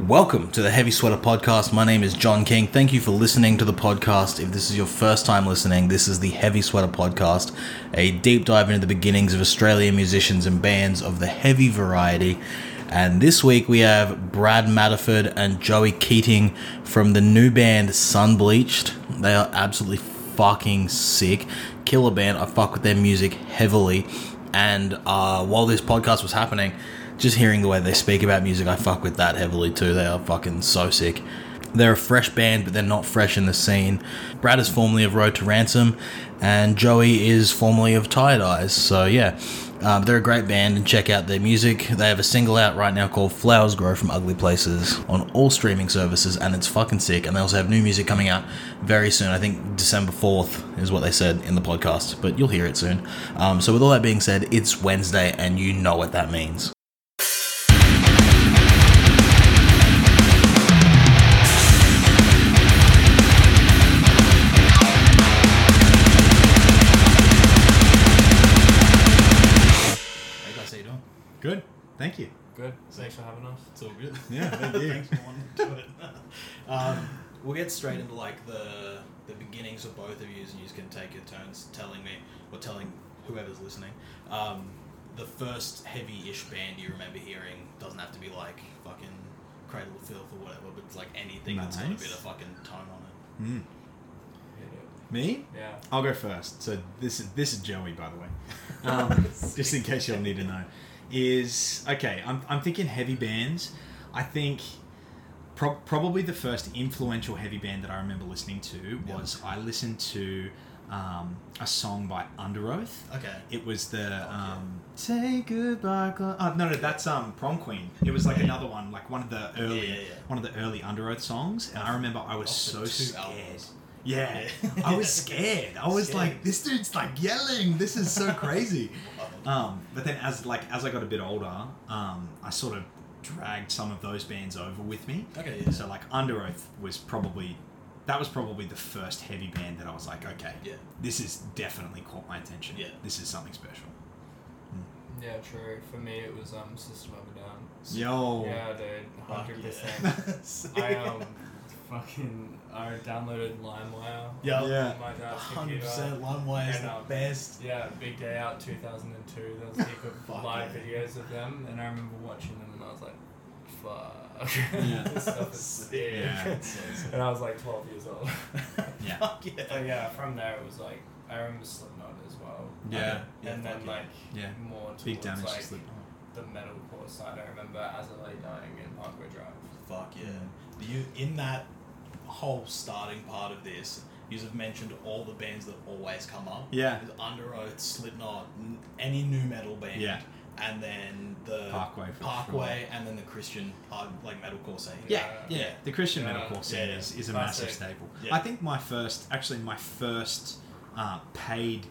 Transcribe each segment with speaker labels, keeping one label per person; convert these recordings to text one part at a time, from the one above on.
Speaker 1: Welcome to the Heavy Sweater Podcast. My name is John King. Thank you for listening to the podcast. If this is your first time listening, this is the Heavy Sweater Podcast, a deep dive into the beginnings of Australian musicians and bands of the heavy variety. And this week we have Brad Matterford and Joey Keating from the new band Sunbleached. They are absolutely fucking sick. Killer band. I fuck with their music heavily. And uh, while this podcast was happening, just hearing the way they speak about music, I fuck with that heavily too. They are fucking so sick. They're a fresh band, but they're not fresh in the scene. Brad is formerly of Road to Ransom, and Joey is formerly of Tired Eyes. So, yeah, um, they're a great band, and check out their music. They have a single out right now called Flowers Grow from Ugly Places on all streaming services, and it's fucking sick. And they also have new music coming out very soon. I think December 4th is what they said in the podcast, but you'll hear it soon. Um, so, with all that being said, it's Wednesday, and you know what that means. Hey guys, how you doing?
Speaker 2: Good. Thank you.
Speaker 3: Good. Thanks for having us. It's all good.
Speaker 2: Yeah, thank you.
Speaker 1: Thanks for wanting to do it. um, we'll get straight into like the the beginnings of both of you, and you can take your turns telling me or telling whoever's listening. Um, the first heavy-ish band you remember hearing doesn't have to be like fucking Cradle of Filth or whatever, but it's like anything that's got a
Speaker 2: Nice.
Speaker 1: bit of fucking tone on it.
Speaker 2: Mm. Me?
Speaker 3: Yeah.
Speaker 2: I'll go first. So this is this is Joey, by the way. Um, just in case y'all need to know, is okay. I'm I'm thinking heavy bands. I think pro- probably the first influential heavy band that I remember listening to
Speaker 1: Yeah.
Speaker 2: was I listened to um, a song by Underoath.
Speaker 1: Okay.
Speaker 2: It was
Speaker 1: Fuck
Speaker 2: the
Speaker 1: yeah.
Speaker 2: um, "Say Goodbye." Glo- oh, no, no, that's um, "Prom Queen." It was like
Speaker 1: Yeah.
Speaker 2: another one, like one of the early,
Speaker 1: Yeah, yeah, yeah.
Speaker 2: one of the early Underoath songs. And I remember I was
Speaker 1: Off the
Speaker 2: so
Speaker 1: two
Speaker 2: scared.
Speaker 1: albums.
Speaker 2: Yeah,
Speaker 1: Yeah.
Speaker 2: I was scared. I was
Speaker 1: Scared.
Speaker 2: like, "This dude's like yelling. This is so crazy."
Speaker 1: Wild.
Speaker 2: um, but then, as like as I got a bit older, um, I sort of dragged some of those bands over with me.
Speaker 1: okay. Yeah.
Speaker 2: So like Underoath was probably that was probably the first heavy band that I was like, "Okay,
Speaker 1: yeah.
Speaker 2: this has definitely caught my attention.
Speaker 1: Yeah.
Speaker 2: This is something special.
Speaker 3: Yeah, true. For me, it was um System of a Down.
Speaker 2: Yo.
Speaker 3: Yeah, dude,
Speaker 1: Fuck
Speaker 3: hundred percent.
Speaker 1: yeah.
Speaker 3: I um fucking I downloaded LimeWire.
Speaker 1: Yeah.
Speaker 3: on
Speaker 2: Yeah.
Speaker 3: My dad's
Speaker 1: Hundred
Speaker 3: computer.
Speaker 1: percent. Limewire is
Speaker 3: And,
Speaker 1: the
Speaker 3: um,
Speaker 1: best.
Speaker 3: Yeah, Big Day Out 2002. There was a heap of
Speaker 1: Fuck
Speaker 3: live
Speaker 1: yeah.
Speaker 3: videos of them, and I remember watching them, and I was like, fuck.
Speaker 2: Yeah.
Speaker 3: this stuff is sick.
Speaker 2: Yeah.
Speaker 3: And I was like 12 years old.
Speaker 2: Yeah.
Speaker 1: Fuck yeah.
Speaker 3: But Oh, yeah, from there it was like I remember Slipknot as well.
Speaker 2: Yeah.
Speaker 1: Yeah,
Speaker 3: and
Speaker 1: fuck
Speaker 3: then
Speaker 1: yeah.
Speaker 3: like
Speaker 2: Yeah.
Speaker 3: more towards
Speaker 2: Big damage
Speaker 3: like
Speaker 2: to Slipknot.
Speaker 3: the metalcore side. I remember as a late dying in Parkway Drive.
Speaker 1: Fuck yeah. You in that whole starting part of this, you have mentioned all the bands that always come up.
Speaker 2: Yeah.
Speaker 1: There's Under Oath, Slipknot, n- any new metal band.
Speaker 2: Yeah.
Speaker 1: And then the
Speaker 2: Parkway for
Speaker 1: Parkway, and then the Christian hard like metalcore scene.
Speaker 2: Yeah,
Speaker 3: Yeah.
Speaker 2: yeah. The Christian
Speaker 3: Yeah.
Speaker 2: metalcore scene
Speaker 1: Yeah, yeah.
Speaker 2: is, is a
Speaker 3: Classic.
Speaker 2: massive staple.
Speaker 1: Yeah.
Speaker 2: I think my first, actually, my first uh, paid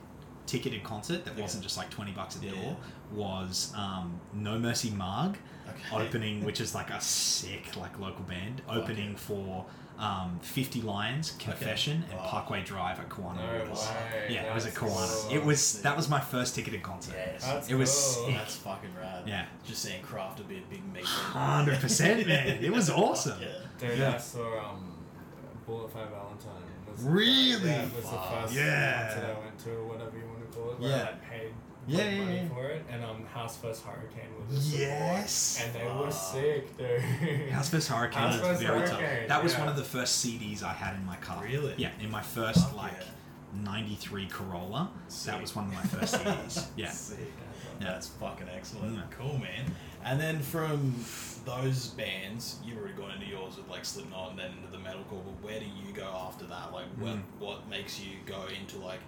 Speaker 2: ticketed concert that
Speaker 1: Yeah.
Speaker 2: wasn't just like 20 bucks at the
Speaker 1: Yeah,
Speaker 2: door was um, No Mercy Marg
Speaker 1: Okay.
Speaker 2: opening, which is like a sick like local band, opening for um, 50 Lions, Confession, and
Speaker 1: Wow.
Speaker 2: Parkway Drive at Kiwana
Speaker 3: Oh. No
Speaker 2: Waters.
Speaker 3: way.
Speaker 2: Yeah, it was at
Speaker 3: that's
Speaker 2: Kiwana.
Speaker 3: cool.
Speaker 2: It was
Speaker 1: Sick.
Speaker 2: that was my first ticketed concert.
Speaker 1: Yes. Oh,
Speaker 3: That's
Speaker 2: it was
Speaker 3: cool.
Speaker 2: sick.
Speaker 1: That's fucking rad.
Speaker 2: Yeah.
Speaker 1: Just seeing Kraft would be a big meat.
Speaker 2: Hundred percent, man. It was awesome.
Speaker 1: Yeah.
Speaker 3: Dude,
Speaker 2: Yeah.
Speaker 3: I saw um, Bullet for Valentine. Was
Speaker 2: Really?
Speaker 3: Yeah, it was
Speaker 1: Fuck.
Speaker 3: the first
Speaker 2: Yeah.
Speaker 3: concert I went to, or whatever you want to call it. Where I
Speaker 2: Yeah.
Speaker 3: like, paid
Speaker 2: Yeah,
Speaker 3: like,
Speaker 2: yeah,
Speaker 3: money
Speaker 2: yeah.
Speaker 3: for it, and um, House First Hurricane was a support,
Speaker 2: Yes.
Speaker 3: and they were
Speaker 1: Fuck.
Speaker 3: sick, dude.
Speaker 2: House vs. Hurricane
Speaker 3: House
Speaker 2: was
Speaker 3: vs.
Speaker 2: very
Speaker 3: Hurricane,
Speaker 2: tough. That was
Speaker 3: yeah.
Speaker 2: one of the first CDs I had in my car.
Speaker 1: Really?
Speaker 2: Yeah, in my first
Speaker 1: Fuck
Speaker 2: like
Speaker 1: yeah.
Speaker 2: '93 Corolla.
Speaker 1: Sick.
Speaker 2: That was one of my first CDs. Yeah.
Speaker 1: Sick.
Speaker 3: Yeah.
Speaker 2: Yeah.
Speaker 1: That's fucking excellent.
Speaker 2: Mm.
Speaker 1: Cool, man. And then from those bands, you've already gone into yours with like Slipknot and then into the metalcore. But where do you go after that? Like, what
Speaker 2: Mm.
Speaker 1: what makes you go into like,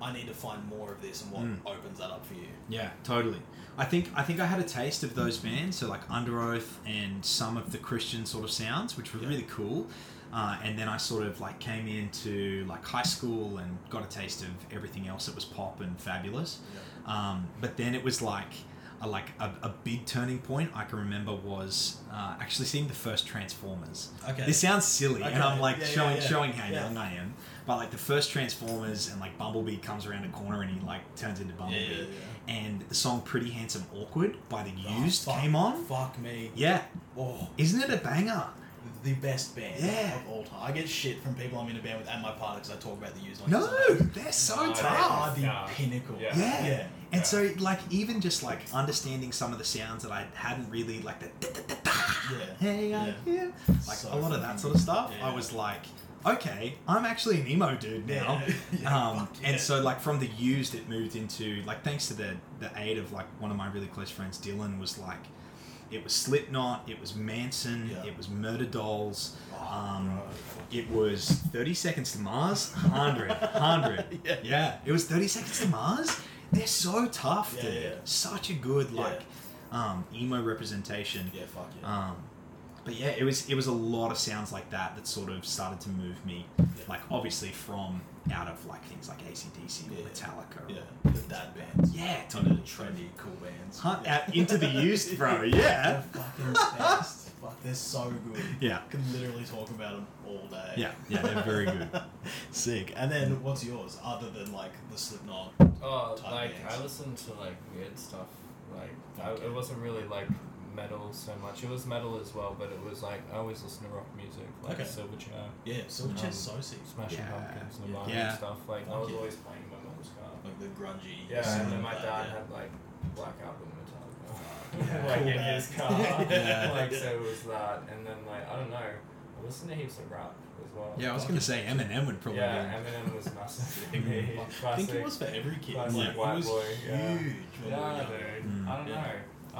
Speaker 1: I need to find more of this, and what
Speaker 2: Mm.
Speaker 1: opens that up for you?
Speaker 2: Yeah, totally. I think I think I had a taste of those bands, so like Underoath and some of the Christian sort of sounds, which were
Speaker 1: Yeah.
Speaker 2: really cool. Uh, and then I sort of like came into like high school and got a taste of everything else that was pop and fabulous. Um, but then it was like a, like a, a big turning point I can remember was uh, actually seeing the first Transformers.
Speaker 4: Okay.
Speaker 2: This sounds silly, and I'm
Speaker 4: Okay.
Speaker 2: like
Speaker 4: Yeah, yeah,
Speaker 2: showing
Speaker 4: yeah.
Speaker 2: showing how
Speaker 4: Yeah.
Speaker 2: young I am, but like the first Transformers and like Bumblebee comes around a corner and he like turns into Bumblebee,
Speaker 4: yeah,
Speaker 2: and the song "Pretty Handsome Awkward" by the
Speaker 4: Oh,
Speaker 2: Used
Speaker 4: fuck-
Speaker 2: came on.
Speaker 4: Fuck me.
Speaker 2: Yeah,
Speaker 4: Oh,
Speaker 2: isn't it a banger?
Speaker 4: the best band
Speaker 2: Yeah.
Speaker 4: of all time. I get shit from people I'm in a band with at my party because I talk about the used. on
Speaker 2: No,
Speaker 4: Instagram.
Speaker 2: they're so
Speaker 3: No, they
Speaker 2: tough.
Speaker 4: are the
Speaker 3: Yeah.
Speaker 4: pinnacle.
Speaker 3: Yeah.
Speaker 2: Yeah.
Speaker 4: yeah.
Speaker 2: And
Speaker 3: Yeah.
Speaker 2: so, like, even just like understanding some of the sounds that I hadn't really, like the da, da, da, da,
Speaker 4: Yeah.
Speaker 2: hey, I
Speaker 4: Yeah.
Speaker 2: hear, like
Speaker 4: So
Speaker 2: a lot of
Speaker 4: fucking
Speaker 2: that sort of stuff.
Speaker 4: good. Yeah.
Speaker 2: I was like, okay, I'm actually an emo dude now.
Speaker 4: Yeah. Yeah,
Speaker 2: um,
Speaker 4: fuck yeah.
Speaker 2: and so, like, from the used, it moved into like thanks to the the aid of like one of my really close friends, Dylan, was like, it was Slipknot, it was Manson,
Speaker 4: Yeah.
Speaker 2: it was Murder Dolls.
Speaker 4: Oh,
Speaker 2: um,
Speaker 4: bro.
Speaker 2: it was 30 Seconds to Mars. 100. 100.
Speaker 4: Yeah.
Speaker 2: It was 30 Seconds to Mars. They're so tough,
Speaker 4: Yeah,
Speaker 2: dude.
Speaker 4: yeah.
Speaker 2: Such a good, like, um, emo representation.
Speaker 4: Yeah, fuck yeah.
Speaker 2: Um, but yeah, it was it was a lot of sounds like that that sort of started to move me, like obviously from out of like things like ACDC or
Speaker 4: Yeah.
Speaker 2: Metallica.
Speaker 4: yeah, the dad bands.
Speaker 2: Yeah,
Speaker 4: It's one of
Speaker 2: totally.
Speaker 4: the trendy, cool bands.
Speaker 2: Huh?
Speaker 4: Yeah.
Speaker 2: Out into the used, bro. Yeah.
Speaker 4: They're fucking fast. Fuck, they're so good.
Speaker 2: Yeah.
Speaker 4: Can literally talk about them all day.
Speaker 2: Yeah, yeah, they're very good.
Speaker 4: Sick. And then what's yours other than like the Slipknot?
Speaker 3: Oh,
Speaker 4: Type
Speaker 3: like
Speaker 4: bands.
Speaker 3: I listened to like weird stuff. Like I,
Speaker 4: Okay.
Speaker 3: it wasn't really like metal so much. It was metal as well, but it was like I always listen to rock music, like
Speaker 4: Okay.
Speaker 3: Silverchair,
Speaker 4: Yeah, Silverchair's so sick.
Speaker 3: Smashing
Speaker 2: Yeah.
Speaker 3: Pumpkins, Nirvana,
Speaker 2: Yeah.
Speaker 3: and stuff. Like I
Speaker 4: Fuck
Speaker 3: was
Speaker 4: yeah.
Speaker 3: always playing my mom's car.
Speaker 4: Like the grungy.
Speaker 3: Yeah,
Speaker 4: sound
Speaker 3: and then
Speaker 4: of
Speaker 3: my
Speaker 4: that,
Speaker 3: dad
Speaker 4: yeah.
Speaker 3: had like black album Metallica.
Speaker 4: Yeah.
Speaker 3: like
Speaker 4: Cool
Speaker 3: in
Speaker 4: band.
Speaker 3: his car.
Speaker 4: Yeah.
Speaker 3: Like so it was that and then like I don't know. I listened to heaps of rap as well.
Speaker 2: Yeah, I was gonna say Eminem would probably.
Speaker 3: Yeah,
Speaker 2: be-
Speaker 3: Eminem was massive.
Speaker 4: Big
Speaker 3: Yeah,
Speaker 4: one. I
Speaker 3: classic.
Speaker 4: think it was for every kid.
Speaker 3: classic
Speaker 4: Like,
Speaker 3: white
Speaker 4: it was
Speaker 3: boy,
Speaker 4: huge.
Speaker 3: yeah.
Speaker 4: when we were
Speaker 3: Yeah,
Speaker 4: young.
Speaker 3: dude.
Speaker 2: Mm.
Speaker 3: I don't
Speaker 4: Yeah.
Speaker 3: know.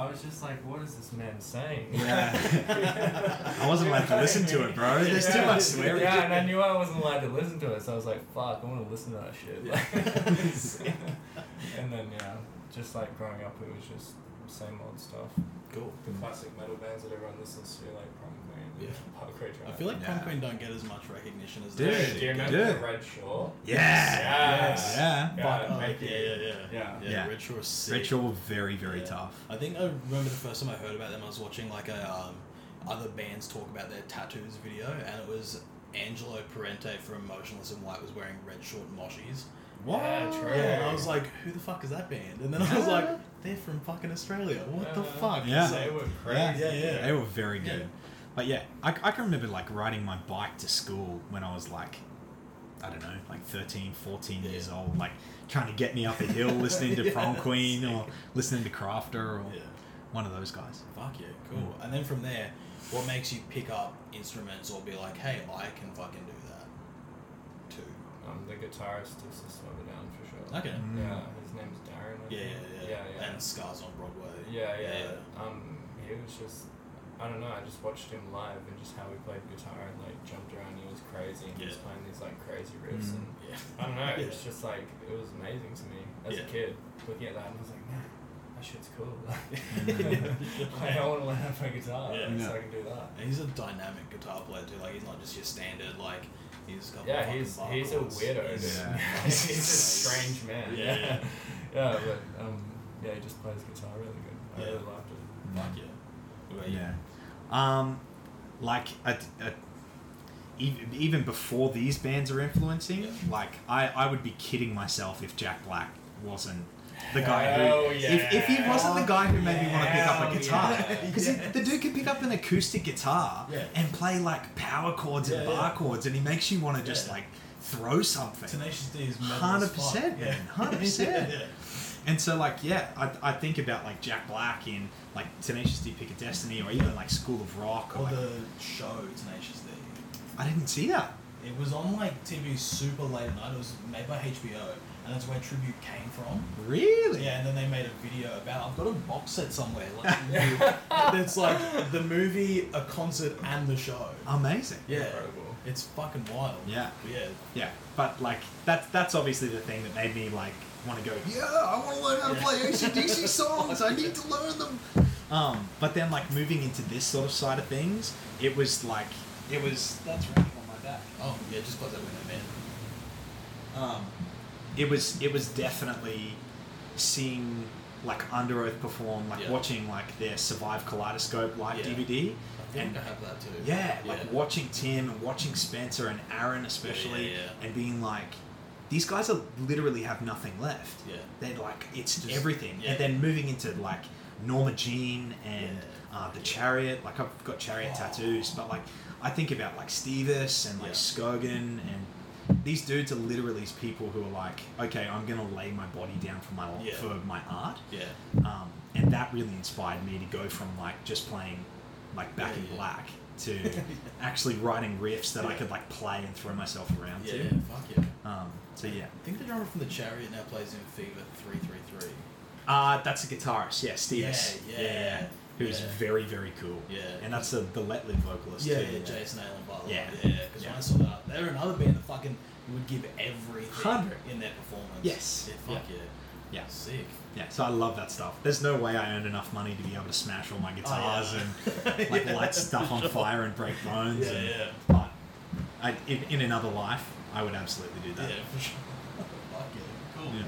Speaker 3: I was just like, what is this man saying?
Speaker 4: Yeah.
Speaker 2: I wasn't allowed to listen to it, bro. There's too
Speaker 3: Yeah.
Speaker 2: much swearing.
Speaker 3: Yeah, and I knew I wasn't allowed to listen to it, so I was like, fuck, I want to listen to that shit.
Speaker 4: Yeah.
Speaker 3: and then, yeah, just like growing up, it was just same old stuff.
Speaker 4: Cool.
Speaker 3: The classic metal bands that everyone listens to, like Prom Queen,
Speaker 4: Yeah.
Speaker 3: Parkway Drive.
Speaker 4: I feel like Prom
Speaker 2: Yeah.
Speaker 4: Queen don't get as much recognition as
Speaker 2: Dude,
Speaker 4: they
Speaker 3: Dude, do
Speaker 4: should
Speaker 3: you
Speaker 4: get.
Speaker 3: remember
Speaker 2: dude.
Speaker 3: the Red Shaw?
Speaker 2: Yeah.
Speaker 3: Yes.
Speaker 2: Yeah.
Speaker 3: Yeah,
Speaker 4: Fuck, oh,
Speaker 3: thank
Speaker 4: yeah,
Speaker 3: you.
Speaker 4: yeah, yeah,
Speaker 3: Yeah.
Speaker 4: yeah.
Speaker 2: Yeah.
Speaker 4: Retro is sick.
Speaker 2: Ritual were very, very
Speaker 4: Yeah.
Speaker 2: tough.
Speaker 4: I think I remember the first time I heard about them. I was watching like a um, other bands talk about their tattoos video, and it was Angelo Parente from Motionless in White was wearing red short moshies.
Speaker 3: Yeah, true.
Speaker 4: Yeah, and I was like, who the fuck is that band? And then I was
Speaker 2: Yeah.
Speaker 4: like, they're from fucking Australia. What the
Speaker 3: Yeah.
Speaker 4: fuck?
Speaker 2: Yeah.
Speaker 3: They were
Speaker 4: So,
Speaker 3: crazy.
Speaker 4: Yeah, yeah,
Speaker 2: They were very good.
Speaker 4: Yeah.
Speaker 2: But yeah, I, I can remember like riding my bike to school when I was like, I don't know, like 13, 14
Speaker 4: Yeah.
Speaker 2: years old, like trying to get me up a hill listening to
Speaker 4: Yeah.
Speaker 2: Prom Queen or listening to Crafter or
Speaker 4: yeah.
Speaker 2: one of those guys.
Speaker 4: Fuck yeah, cool. And then from there, what makes you pick up instruments or be like, hey, I can fucking do that too?
Speaker 3: Um, the guitarist is System of a Down for sure.
Speaker 4: Okay.
Speaker 2: Mm.
Speaker 3: Yeah, his name's Darren. I
Speaker 4: Yeah, yeah,
Speaker 3: think.
Speaker 4: yeah.
Speaker 3: yeah, yeah.
Speaker 4: And Scars on Broadway.
Speaker 3: Yeah, yeah. Um, he was just, I don't know. I just watched him live and just how he played guitar and like jumped around. He was crazy. And He was
Speaker 4: Yeah.
Speaker 3: playing these like crazy riffs and
Speaker 4: Yeah.
Speaker 3: I don't know.
Speaker 4: Yeah.
Speaker 3: It's just like it was amazing to me as
Speaker 4: Yeah.
Speaker 3: a kid looking at that. and I was like, man, that shit's cool.
Speaker 4: Yeah.
Speaker 3: I want to learn how to play guitar
Speaker 4: Yeah.
Speaker 3: so
Speaker 2: Yeah.
Speaker 3: I can do that.
Speaker 4: And he's a dynamic guitar player too. Like he's not just your standard. Like he's got.
Speaker 3: Yeah,
Speaker 4: fucking
Speaker 3: he's
Speaker 4: bar
Speaker 3: he's a
Speaker 4: chords.
Speaker 3: weirdo. Dude.
Speaker 4: He's-
Speaker 2: Yeah.
Speaker 3: he's a strange man.
Speaker 4: Yeah.
Speaker 3: yeah, yeah. But um, yeah, he just plays guitar really good. I
Speaker 4: Yeah.
Speaker 3: really loved it.
Speaker 2: Mm.
Speaker 4: Fuck yeah. What about you?
Speaker 2: Yeah. Um, like a, a, ev- even before these bands are influencing,
Speaker 4: Yeah.
Speaker 2: like I, I would be kidding myself if Jack Black wasn't the guy
Speaker 3: Hell
Speaker 2: who if, if he
Speaker 3: yeah.
Speaker 2: wasn't the guy who made me want to pick up a
Speaker 3: Hell
Speaker 2: guitar
Speaker 3: yeah.
Speaker 2: because the dude could pick up an acoustic guitar
Speaker 4: Yeah.
Speaker 2: and play like power chords
Speaker 4: Yeah,
Speaker 2: and bar
Speaker 4: yeah.
Speaker 2: chords and he makes you want to just
Speaker 4: Yeah.
Speaker 2: like throw something
Speaker 4: Tenacious D is metal as
Speaker 2: Hundred
Speaker 4: fuck.
Speaker 2: percent,
Speaker 4: Yeah.
Speaker 2: man. Hundred percent.
Speaker 4: Yeah, yeah.
Speaker 2: And so, like, yeah, I, I think about like Jack Black in like Tenacious D, Pick a Destiny, or even like School of Rock. Or,
Speaker 4: Or
Speaker 2: like,
Speaker 4: the show Tenacious D.
Speaker 2: I didn't see that.
Speaker 4: It was on like TV super late at night. It was made by HBO, and that's where Tribute came from.
Speaker 2: Really?
Speaker 4: Yeah, and then they made a video about. I've got a box set somewhere. Like it's like the movie, a concert, and the show.
Speaker 2: Amazing.
Speaker 4: Yeah,
Speaker 3: Incredible.
Speaker 4: it's fucking wild.
Speaker 2: Oh. Yeah.
Speaker 4: But yeah.
Speaker 2: Yeah. But like that's that's obviously the thing that made me like want to go. Yeah, I want to learn how to
Speaker 4: Yeah.
Speaker 2: play ACDC songs. I need to learn them. Um, but then like moving into this sort of side of things, it was like it was that's right on my back.
Speaker 4: Oh yeah, just close that window, man.
Speaker 2: um, it was it was definitely seeing like Under Oath perform, like
Speaker 4: Yeah.
Speaker 2: watching like their Survive Kaleidoscope live
Speaker 4: Yeah.
Speaker 2: DVD,
Speaker 4: I think
Speaker 2: and
Speaker 4: I have that too.
Speaker 2: yeah, like
Speaker 4: Yeah.
Speaker 2: watching Tim and watching Spencer and Aaron especially,
Speaker 4: yeah.
Speaker 2: and being like, these guys are literally have nothing left.
Speaker 4: Yeah.
Speaker 2: They're like it's
Speaker 4: Just-
Speaker 2: everything,
Speaker 4: yeah.
Speaker 2: and then moving into like Norma Jean and
Speaker 4: Yeah.
Speaker 2: uh, the Chariot. Like I've got Chariot
Speaker 4: Oh.
Speaker 2: tattoos, but like I think about like Stevis and like
Speaker 4: Yeah.
Speaker 2: Skogan and these dudes are literally people who are like, okay, I'm gonna lay my body down for my
Speaker 4: Yeah.
Speaker 2: for my art
Speaker 4: Yeah.
Speaker 2: um, and that really inspired me to go from like just playing like back
Speaker 4: Yeah,
Speaker 2: in
Speaker 4: yeah.
Speaker 2: black to actually writing riffs that I could like play and throw myself around
Speaker 4: Yeah,
Speaker 2: to.
Speaker 4: fuck yeah.
Speaker 2: Um, so yeah,
Speaker 4: I think the drummer from the Chariot now plays in Fever 333.
Speaker 2: uh, that's the guitarist. Yeah, Stevis.
Speaker 4: Yeah, yeah, yeah.
Speaker 2: Who's
Speaker 4: Yeah.
Speaker 2: very very cool.
Speaker 4: Yeah.
Speaker 2: and that's the the Let Live vocalist.
Speaker 4: Yeah,
Speaker 2: too,
Speaker 4: yeah, Jason Allen Butler.
Speaker 2: Yeah.
Speaker 4: yeah. Because when
Speaker 2: Yeah.
Speaker 4: I saw that, they were another band that fucking would give everything
Speaker 2: 100.
Speaker 4: in their performance.
Speaker 2: Yes.
Speaker 4: Yeah, fuck yeah.
Speaker 2: Yeah.
Speaker 4: Sick.
Speaker 2: Yeah, so I love that stuff. There's no way I earned enough money to be able to smash all my guitars and like
Speaker 4: Oh, Yeah,
Speaker 2: light stuff on
Speaker 4: sure.
Speaker 2: fire and break bones.
Speaker 4: Yeah,
Speaker 2: and,
Speaker 4: yeah.
Speaker 2: But I, in, in another life, I would absolutely do
Speaker 4: Yeah,
Speaker 2: that.
Speaker 4: for sure. fuck yeah. Cool.
Speaker 2: Yeah.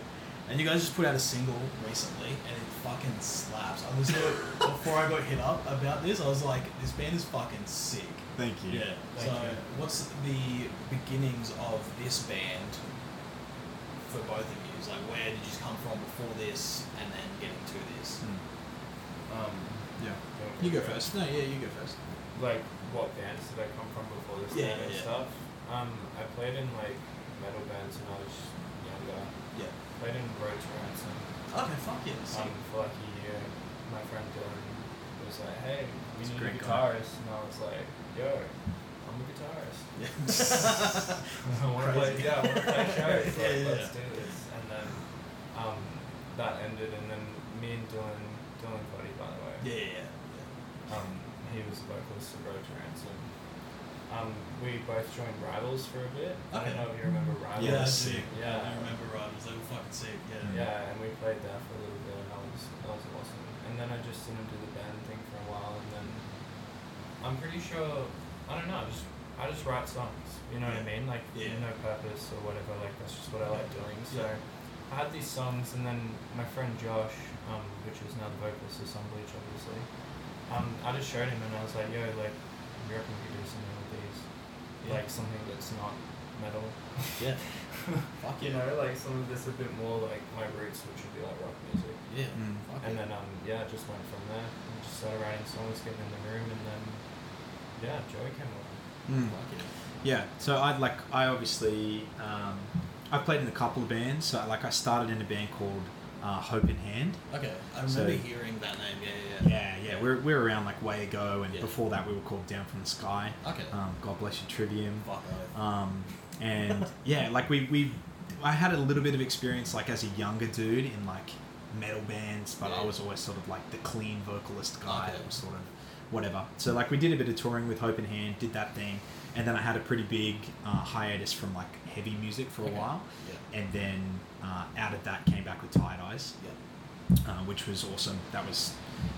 Speaker 4: And you guys just put out a single recently, and it fucking slaps. I was before I got hit up about this. I was like, this band is fucking sick.
Speaker 2: Thank you.
Speaker 4: So,
Speaker 3: Thank you.
Speaker 4: what's the beginnings of this band for both of you? It's Like, where did you come from before this, and then getting to this?
Speaker 3: Um,
Speaker 2: Hmm. Yeah.
Speaker 3: don't
Speaker 4: You go
Speaker 3: regret.
Speaker 4: first. No, yeah, you go first.
Speaker 3: Like, what bands did I come from before this
Speaker 4: Yeah,
Speaker 3: thing and
Speaker 4: yeah.
Speaker 3: stuff? Um, I played in like metal bands when I was younger.
Speaker 4: Yeah.
Speaker 3: Played in Roach Ransom.
Speaker 4: Okay, fuck yeah. sick.
Speaker 3: Um, for like a year, my friend Dylan was like, "Hey, we
Speaker 2: He's a
Speaker 3: need a
Speaker 2: great guy.
Speaker 3: guitarist," and I was like, "Yo, I'm a guitarist."
Speaker 4: Yeah.
Speaker 3: I want to play,
Speaker 4: Crazy.
Speaker 3: yeah, I want to play shows. Like,
Speaker 4: Yeah, yeah,
Speaker 3: Let's
Speaker 4: yeah.
Speaker 3: do this. And then um, that ended, and then me and Dylan, Dylan Cody, by the way,
Speaker 4: yeah, yeah,
Speaker 3: um, he was a vocalist of Road to Ransom. Um, we both joined Rivals for a bit. I
Speaker 4: Okay.
Speaker 3: don't know if you remember Rivals.
Speaker 4: yeah.
Speaker 2: Yeah,
Speaker 4: that's
Speaker 2: sick.
Speaker 3: Yeah.
Speaker 4: I remember Rivals. They were fucking sick. Yeah.
Speaker 3: Yeah, and we played there for a little bit, and that was that was awesome. And then I just didn't do the band thing for a while, and then I'm pretty sure I don't know. I just I just write songs. You know what I mean? Like
Speaker 4: Yeah.
Speaker 3: no purpose or whatever. Like that's just what I like doing. So
Speaker 4: Yeah.
Speaker 3: I had these songs, and then my friend Josh, um, which is now the vocalist of Sunbleach, obviously. Um, I just showed him, and I was like, "Yo, like, you reckon we could do something with these?
Speaker 4: Yeah.
Speaker 3: Like something that's not metal."
Speaker 4: Yeah. Fuck
Speaker 3: You
Speaker 4: yeah.
Speaker 3: know, like some of this a bit more like my roots, which would be like rock music.
Speaker 4: Yeah.
Speaker 2: Mm.
Speaker 4: Fuck
Speaker 3: And
Speaker 4: yeah.
Speaker 3: then um yeah, it just went from there. And just started writing songs, getting in the room, and then yeah, Joey came along.
Speaker 2: Mm.
Speaker 4: Fuck yeah.
Speaker 2: Yeah. So I like I obviously um, I played in a couple of bands. So like I started in a band called uh, Hope in Hand.
Speaker 4: Okay, I
Speaker 2: So-
Speaker 4: remember hearing that name. Yeah, yeah.
Speaker 2: Yeah, yeah. We're, we're around like way ago, and
Speaker 4: Yeah.
Speaker 2: before that we were called Down from the Sky.
Speaker 4: yeah. uh, Okay.
Speaker 2: Um, God bless you, Trivium.
Speaker 4: Fuck off.
Speaker 2: Um, and yeah, like we we I had a little bit of experience like as a younger dude in like metal bands, but
Speaker 4: Yeah.
Speaker 2: I was always sort of like the clean vocalist guy
Speaker 4: Okay.
Speaker 2: that was sort of whatever. So like we did a bit of touring with Hope in Hand, did that thing, and then I had a pretty big uh, hiatus from like heavy music for a
Speaker 4: Okay.
Speaker 2: while,
Speaker 4: Yeah.
Speaker 2: and then uh, out of that came back with Tired Eyes,
Speaker 4: Yeah.
Speaker 2: uh, which was awesome. That was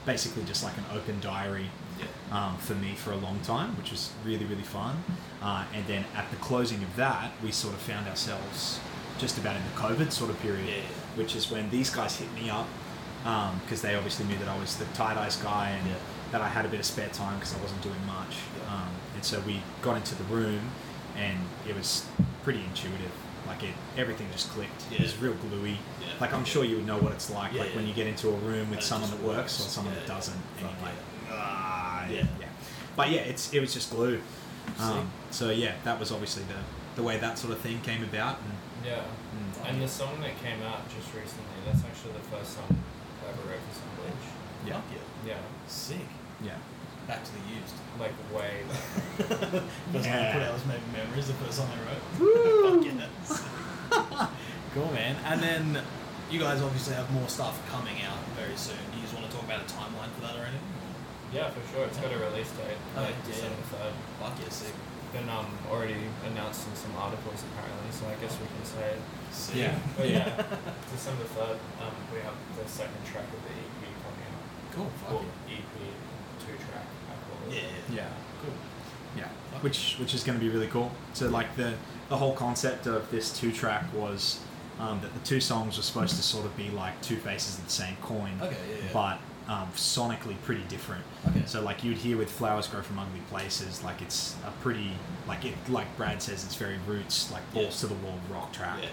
Speaker 2: basically just like an open diary
Speaker 4: Yeah.
Speaker 2: um, for me for a long time, which was really, really fun. Uh, and then at the closing of that, we sort of found ourselves just about in the COVID sort of period,
Speaker 4: Yeah.
Speaker 2: which is when these guys hit me up because they obviously knew that I was the tie dyes guy and
Speaker 4: Yeah.
Speaker 2: that I had a bit of spare time because I wasn't doing much.
Speaker 4: Yeah.
Speaker 2: Um, and so we got into the room and it was pretty intuitive. Like it, everything just clicked. It
Speaker 4: Yeah.
Speaker 2: was real gluey.
Speaker 4: Yeah.
Speaker 2: Like I'm sure you would know what it's like,
Speaker 4: Yeah,
Speaker 2: like when
Speaker 4: yeah.
Speaker 2: you get into a room
Speaker 4: And
Speaker 2: with
Speaker 4: it
Speaker 2: someone
Speaker 4: just
Speaker 2: that works or
Speaker 4: works.
Speaker 2: someone
Speaker 4: Yeah,
Speaker 2: that
Speaker 4: yeah.
Speaker 2: doesn't, and
Speaker 4: Fuck
Speaker 2: you're like, ah,
Speaker 4: Yeah.
Speaker 2: yeah. yeah. But yeah, it's it was just glue. Um, so yeah, that was obviously the the way that sort of thing came about. And,
Speaker 3: Yeah.
Speaker 2: Mm.
Speaker 3: And the song that came out just recently, that's actually the first song I ever wrote for Sunbleach.
Speaker 2: yeah,
Speaker 4: Fuck yeah.
Speaker 3: Yeah.
Speaker 4: Sick.
Speaker 2: yeah,
Speaker 4: Back to the used.
Speaker 3: Like way back.
Speaker 4: first time I
Speaker 2: Yeah.
Speaker 4: put out was maybe memories. The first time I
Speaker 2: Woo!
Speaker 4: wrote. Fuck yeah. Sick. cool man. And then you guys obviously have more stuff coming out very soon. Do you just want to talk about a timeline for that or anything?
Speaker 3: yeah, for sure. It's got a release date.
Speaker 4: Oh,
Speaker 3: Like
Speaker 4: yeah.
Speaker 3: December third.
Speaker 4: Fuck yeah, sick.
Speaker 3: Been um already announced in some articles apparently, so I guess we can say it.
Speaker 4: Sick. Oh,
Speaker 2: Yeah.
Speaker 3: But Oh, yeah, December third, um, we have the second track of the EP coming out.
Speaker 4: Cool. Fuck
Speaker 3: Well, EP E two track, I call
Speaker 4: yeah.
Speaker 3: it.
Speaker 4: Yeah. yeah.
Speaker 2: yeah,
Speaker 4: Cool.
Speaker 2: yeah. Which which is going to be really cool. So like the the whole concept of this two track was um, that the two songs were supposed to sort of be like two faces of the same coin,
Speaker 4: Okay, yeah, yeah.
Speaker 2: but um, sonically pretty different.
Speaker 4: Okay.
Speaker 2: So like you'd hear with "Flowers Grow from Ugly Places," like it's a pretty like it like Brad says, it's very roots, like
Speaker 4: Yeah.
Speaker 2: balls to the wall rock track.
Speaker 4: Yeah.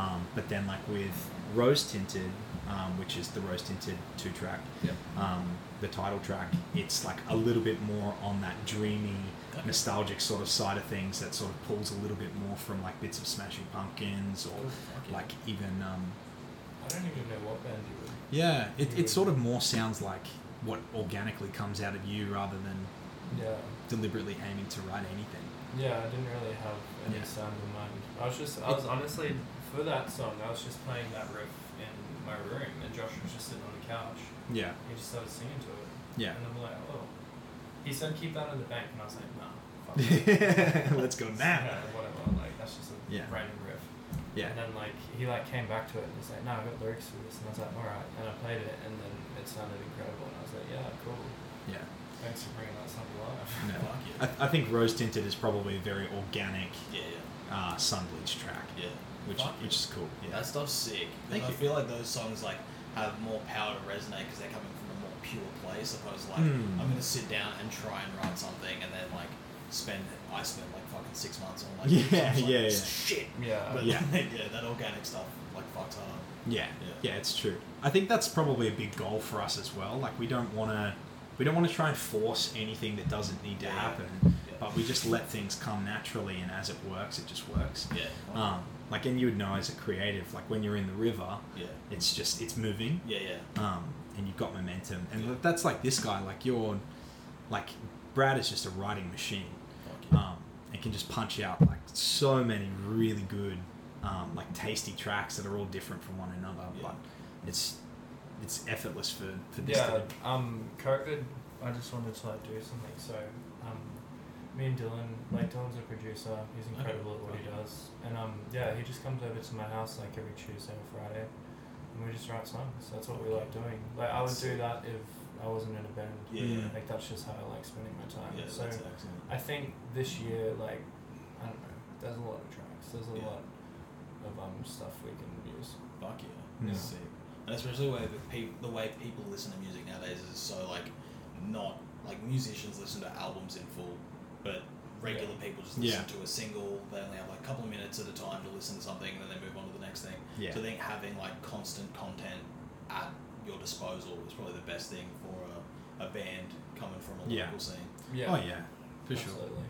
Speaker 2: Um, but then like with "Rose Tinted," um, which is the "Rose Tinted" two track,
Speaker 4: Yep.
Speaker 2: um, the title track, it's like a little bit more on that dreamy,
Speaker 4: Okay.
Speaker 2: nostalgic sort of side of things that sort of pulls a little bit more from like bits of Smashing Pumpkins
Speaker 3: Oh, fuck
Speaker 2: or
Speaker 3: yeah.
Speaker 2: like even um,
Speaker 3: I don't even know what band you would.
Speaker 2: yeah, it, it sort of more sounds like what organically comes out of you rather than
Speaker 3: Yeah.
Speaker 2: deliberately aiming to write anything.
Speaker 3: Yeah, I didn't really have any
Speaker 2: Yeah.
Speaker 3: sound in mind. I was just, I was honestly, for that song, I was just playing that riff in my room, and Josh was just sitting on the couch.
Speaker 2: Yeah,
Speaker 3: He just started singing to it.
Speaker 2: yeah.
Speaker 3: And I'm like, oh. He said, keep that in the bank. And I was like, nah. Fuck it."
Speaker 2: Let's go now.
Speaker 3: Yeah, whatever. Like, that's just a
Speaker 2: Yeah.
Speaker 3: random riff.
Speaker 2: Yeah,
Speaker 3: And then, like, he, like, came back to it and he's like, no, I've got lyrics for this. And I was like, all right. And I played it, and then it sounded incredible. And I was like, yeah, cool.
Speaker 2: yeah.
Speaker 3: Thanks for bringing that song alive.
Speaker 2: No.
Speaker 4: Fuck yeah.
Speaker 2: I, I think Rose Tinted is probably a very organic
Speaker 4: Yeah,
Speaker 2: uh, Sunbleach track,
Speaker 4: yeah, yeah.
Speaker 2: which
Speaker 4: Fuck
Speaker 2: which is cool. Yeah.
Speaker 4: That stuff's sick.
Speaker 2: Thank
Speaker 4: I
Speaker 2: you.
Speaker 4: feel like those songs like have more power to resonate because they're coming from a more pure place. Opposed to like
Speaker 2: Hmm.
Speaker 4: I'm gonna sit down and try and write something and then like spend I spend like fucking six months on like
Speaker 2: Yeah,
Speaker 4: songs, like,
Speaker 2: yeah,
Speaker 4: this
Speaker 2: yeah.
Speaker 4: is shit.
Speaker 3: Yeah.
Speaker 4: But
Speaker 2: Yeah.
Speaker 4: yeah, that organic stuff like fucks hard.
Speaker 2: Yeah,
Speaker 4: Yeah.
Speaker 2: yeah, it's true. I think that's probably a big goal for us as well. Like we don't want to, we don't want to try and force anything that doesn't need to
Speaker 4: Yeah.
Speaker 2: happen, but we just let things come naturally, and as it works, it just works.
Speaker 4: Yeah,
Speaker 2: Um, like, and you would know as a creative, like when you're in the river,
Speaker 4: yeah,
Speaker 2: it's just it's moving,
Speaker 4: yeah, yeah,
Speaker 2: um, and you've got momentum, and
Speaker 4: Yeah.
Speaker 2: that's like this guy. Like you're, like Brad is just a writing machine
Speaker 4: Fuck yeah.
Speaker 2: um, and can just punch out like so many really good, um, like tasty tracks that are all different from one another.
Speaker 4: Yeah.
Speaker 2: But it's it's effortless for for this.
Speaker 3: Yeah,
Speaker 2: to
Speaker 3: um, COVID. I just wanted to like do something. So, um, me and Dylan, like Dylan's a producer. He's
Speaker 4: Okay.
Speaker 3: incredible at what he does, and um, yeah, he just comes over to my house like every Tuesday and Friday, and we just write songs. That's what we like doing. Like I would do that if I wasn't in a band.
Speaker 4: Yeah.
Speaker 3: Like that's just how I like spending my time.
Speaker 4: yeah.
Speaker 3: Uh, so
Speaker 4: that's excellent.
Speaker 3: I think this year, like, I don't know. There's a lot of tracks. There's a
Speaker 4: Yeah.
Speaker 3: lot of um stuff we can use.
Speaker 4: Fuck yeah,
Speaker 2: Yeah.
Speaker 4: that's sick. And especially where the, peop the way people listen to music nowadays is so like not like musicians listen to albums in full, but regular people just listen to a single. They only have like a couple of minutes at a time to listen to something, and then they move on to the next thing.
Speaker 2: yeah.
Speaker 4: So I think having like constant content at your disposal is probably the best thing for a, a band coming from a
Speaker 2: Yeah.
Speaker 4: local scene.
Speaker 3: Yeah.
Speaker 2: Oh yeah, for sure.
Speaker 3: Absolutely.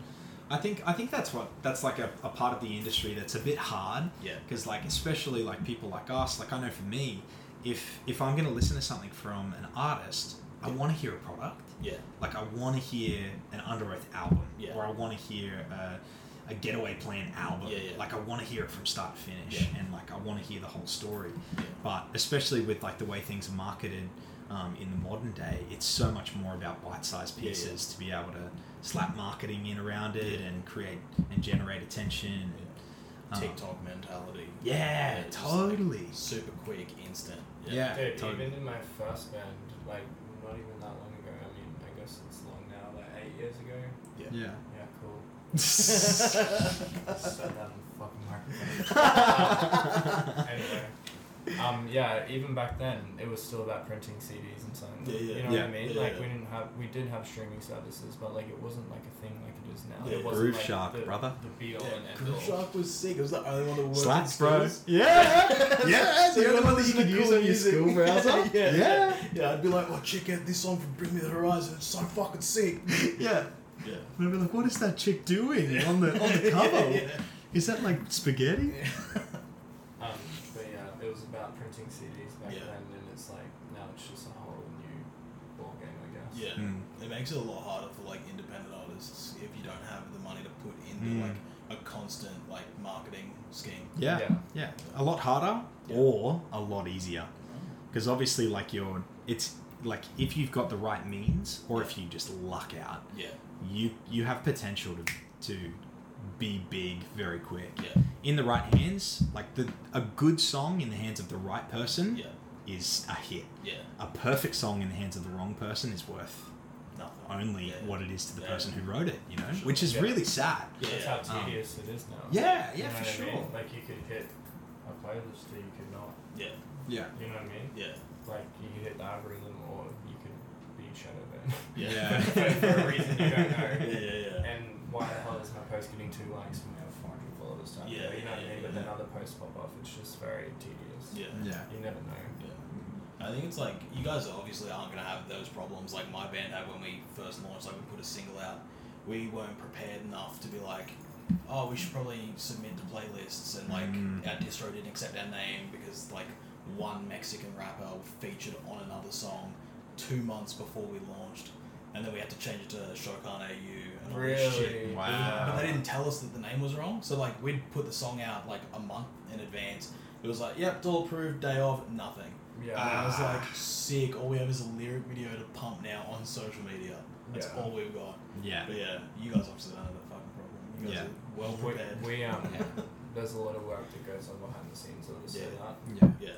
Speaker 2: I think I think that's what that's like a, a part of the industry that's a bit hard
Speaker 4: Yeah,
Speaker 2: because like especially like people like us. Like I know for me, if if I'm gonna listen to something from an artist, I want to hear a product.
Speaker 4: yeah,
Speaker 2: like I want to hear an Under Oath album,
Speaker 4: Yeah.
Speaker 2: or I want to hear a, a Getaway Plan album.
Speaker 4: Yeah, yeah.
Speaker 2: Like I want to hear it from start to finish,
Speaker 4: Yeah.
Speaker 2: and like I want to hear the whole story.
Speaker 4: yeah,
Speaker 2: But especially with like the way things are marketed um, in the modern day, it's so much more about bite-sized
Speaker 4: Yeah, yeah.
Speaker 2: pieces to be able to slap marketing in around it and create and generate attention. And, um,
Speaker 4: TikTok mentality.
Speaker 2: Yeah,
Speaker 4: it's just, like,
Speaker 2: totally.
Speaker 4: super quick, instant.
Speaker 2: yeah,
Speaker 3: Dude,
Speaker 2: totally.
Speaker 3: even in my first band, like not even that long ago. I mean, I guess it's long now, like eight years ago.
Speaker 4: Yeah.
Speaker 3: Yeah, cool.
Speaker 2: Yeah.
Speaker 3: Just Shut down the fucking microphone. anyway, um, yeah, even back then, it was still about printing CDs and something.
Speaker 4: Yeah, yeah.
Speaker 3: You know
Speaker 2: Yeah.
Speaker 3: what I mean?
Speaker 4: Yeah,
Speaker 3: like
Speaker 4: yeah.
Speaker 3: we didn't have, we did have streaming services, but like it wasn't like a thing like it is now.
Speaker 4: Yeah,
Speaker 3: it wasn't
Speaker 2: Groove
Speaker 3: like,
Speaker 2: Shark,
Speaker 3: the,
Speaker 2: brother.
Speaker 3: The be all
Speaker 4: Yeah,
Speaker 3: and end
Speaker 4: Groove
Speaker 3: all.
Speaker 4: Shark was sick. It was the only one that worked.
Speaker 2: Slaps,
Speaker 4: in
Speaker 2: bro.
Speaker 4: schools.
Speaker 2: Yeah, yeah.
Speaker 4: So
Speaker 2: The only one
Speaker 4: could
Speaker 2: that you
Speaker 4: listen
Speaker 2: could
Speaker 4: to
Speaker 2: use
Speaker 4: cool
Speaker 2: on your
Speaker 4: music.
Speaker 2: school browser.
Speaker 4: yeah,
Speaker 2: yeah,
Speaker 4: yeah. I'd be like, "Oh, check out this song from Bring Me the Horizon. It's so fucking sick."
Speaker 2: yeah.
Speaker 4: Yeah.
Speaker 2: And I'd be like, what is that chick doing on the on the
Speaker 4: Yeah,
Speaker 2: cover?
Speaker 4: yeah.
Speaker 2: Is that like spaghetti?
Speaker 3: Um, but yeah, it was about printing CDs back
Speaker 4: Yeah.
Speaker 3: then, and it's like now it's just a whole new ball game, I guess.
Speaker 4: yeah.
Speaker 2: Mm.
Speaker 4: Hmm. It makes it a lot harder for like independent artists if you don't have the money to put into
Speaker 2: Mm.
Speaker 4: like a constant like marketing scheme.
Speaker 2: Yeah,
Speaker 3: Yeah.
Speaker 2: yeah, A lot harder
Speaker 4: Yeah.
Speaker 2: or a lot easier, because obviously, like you're, it's like if you've got the right means, or if you just luck out,
Speaker 4: Yeah.
Speaker 2: you you have potential to to be big very quick.
Speaker 4: Yeah.
Speaker 2: In the right hands, like the a good song in the hands of the right person
Speaker 4: Yeah.
Speaker 2: is a hit.
Speaker 4: Yeah.
Speaker 2: A perfect song in the hands of the wrong person is worth
Speaker 4: Nothing.
Speaker 2: only
Speaker 4: Yeah.
Speaker 2: what it is to the
Speaker 4: Yeah.
Speaker 2: person who wrote it, you know,
Speaker 4: Sure.
Speaker 2: which is
Speaker 3: Yeah.
Speaker 2: really sad.
Speaker 4: Yeah.
Speaker 3: That's how
Speaker 2: Um,
Speaker 3: tedious it is now.
Speaker 2: yeah,
Speaker 3: You
Speaker 2: yeah,
Speaker 3: know
Speaker 2: for
Speaker 3: what I
Speaker 2: sure.
Speaker 3: mean? Like you could hit a playlist that you could not.
Speaker 4: Yeah.
Speaker 2: Yeah.
Speaker 3: You know what I mean?
Speaker 4: Yeah.
Speaker 3: Like you could hit the algorithm, or you could be shadow banned
Speaker 4: Yeah.
Speaker 2: Yeah.
Speaker 3: for a reason you don't know.
Speaker 4: Yeah, yeah, yeah.
Speaker 3: And why the hell is my post getting two likes when we have 400 followers? Type
Speaker 4: Yeah,
Speaker 3: thing, you know what I
Speaker 4: yeah,
Speaker 3: mean.
Speaker 4: yeah,
Speaker 3: But then
Speaker 4: yeah.
Speaker 3: other posts pop off. It's just very tedious.
Speaker 4: Yeah.
Speaker 2: Yeah.
Speaker 3: You never know.
Speaker 4: Yeah. I think it's like you guys obviously aren't gonna have those problems like my band had when we first launched. Like we put a single out, we weren't prepared enough to be like, oh, we should probably submit to playlists and like
Speaker 2: Mm.
Speaker 4: our distro didn't accept our name because like one Mexican rapper featured on another song two months before we launched, and then we had to change it to Shokan AU and all this shit.
Speaker 3: Really?
Speaker 2: Wow.
Speaker 4: But they didn't tell us that the name was wrong. So like we'd put the song out like a month in advance. It was like, yep, it's all approved, day off, nothing.
Speaker 3: Yeah.
Speaker 4: And I was
Speaker 2: Ah.
Speaker 4: like, sick. All we have is a lyric video to pump now on social media. That's
Speaker 3: Yeah.
Speaker 4: all we've got.
Speaker 2: Yeah.
Speaker 4: But yeah, you guys obviously don't have that fucking problem. You guys
Speaker 2: Yeah.
Speaker 4: are well
Speaker 3: we,
Speaker 4: prepared.
Speaker 3: we um, there's a lot of work that goes on behind the scenes of this
Speaker 4: Yeah.
Speaker 3: and that.
Speaker 2: Yeah.
Speaker 4: yeah.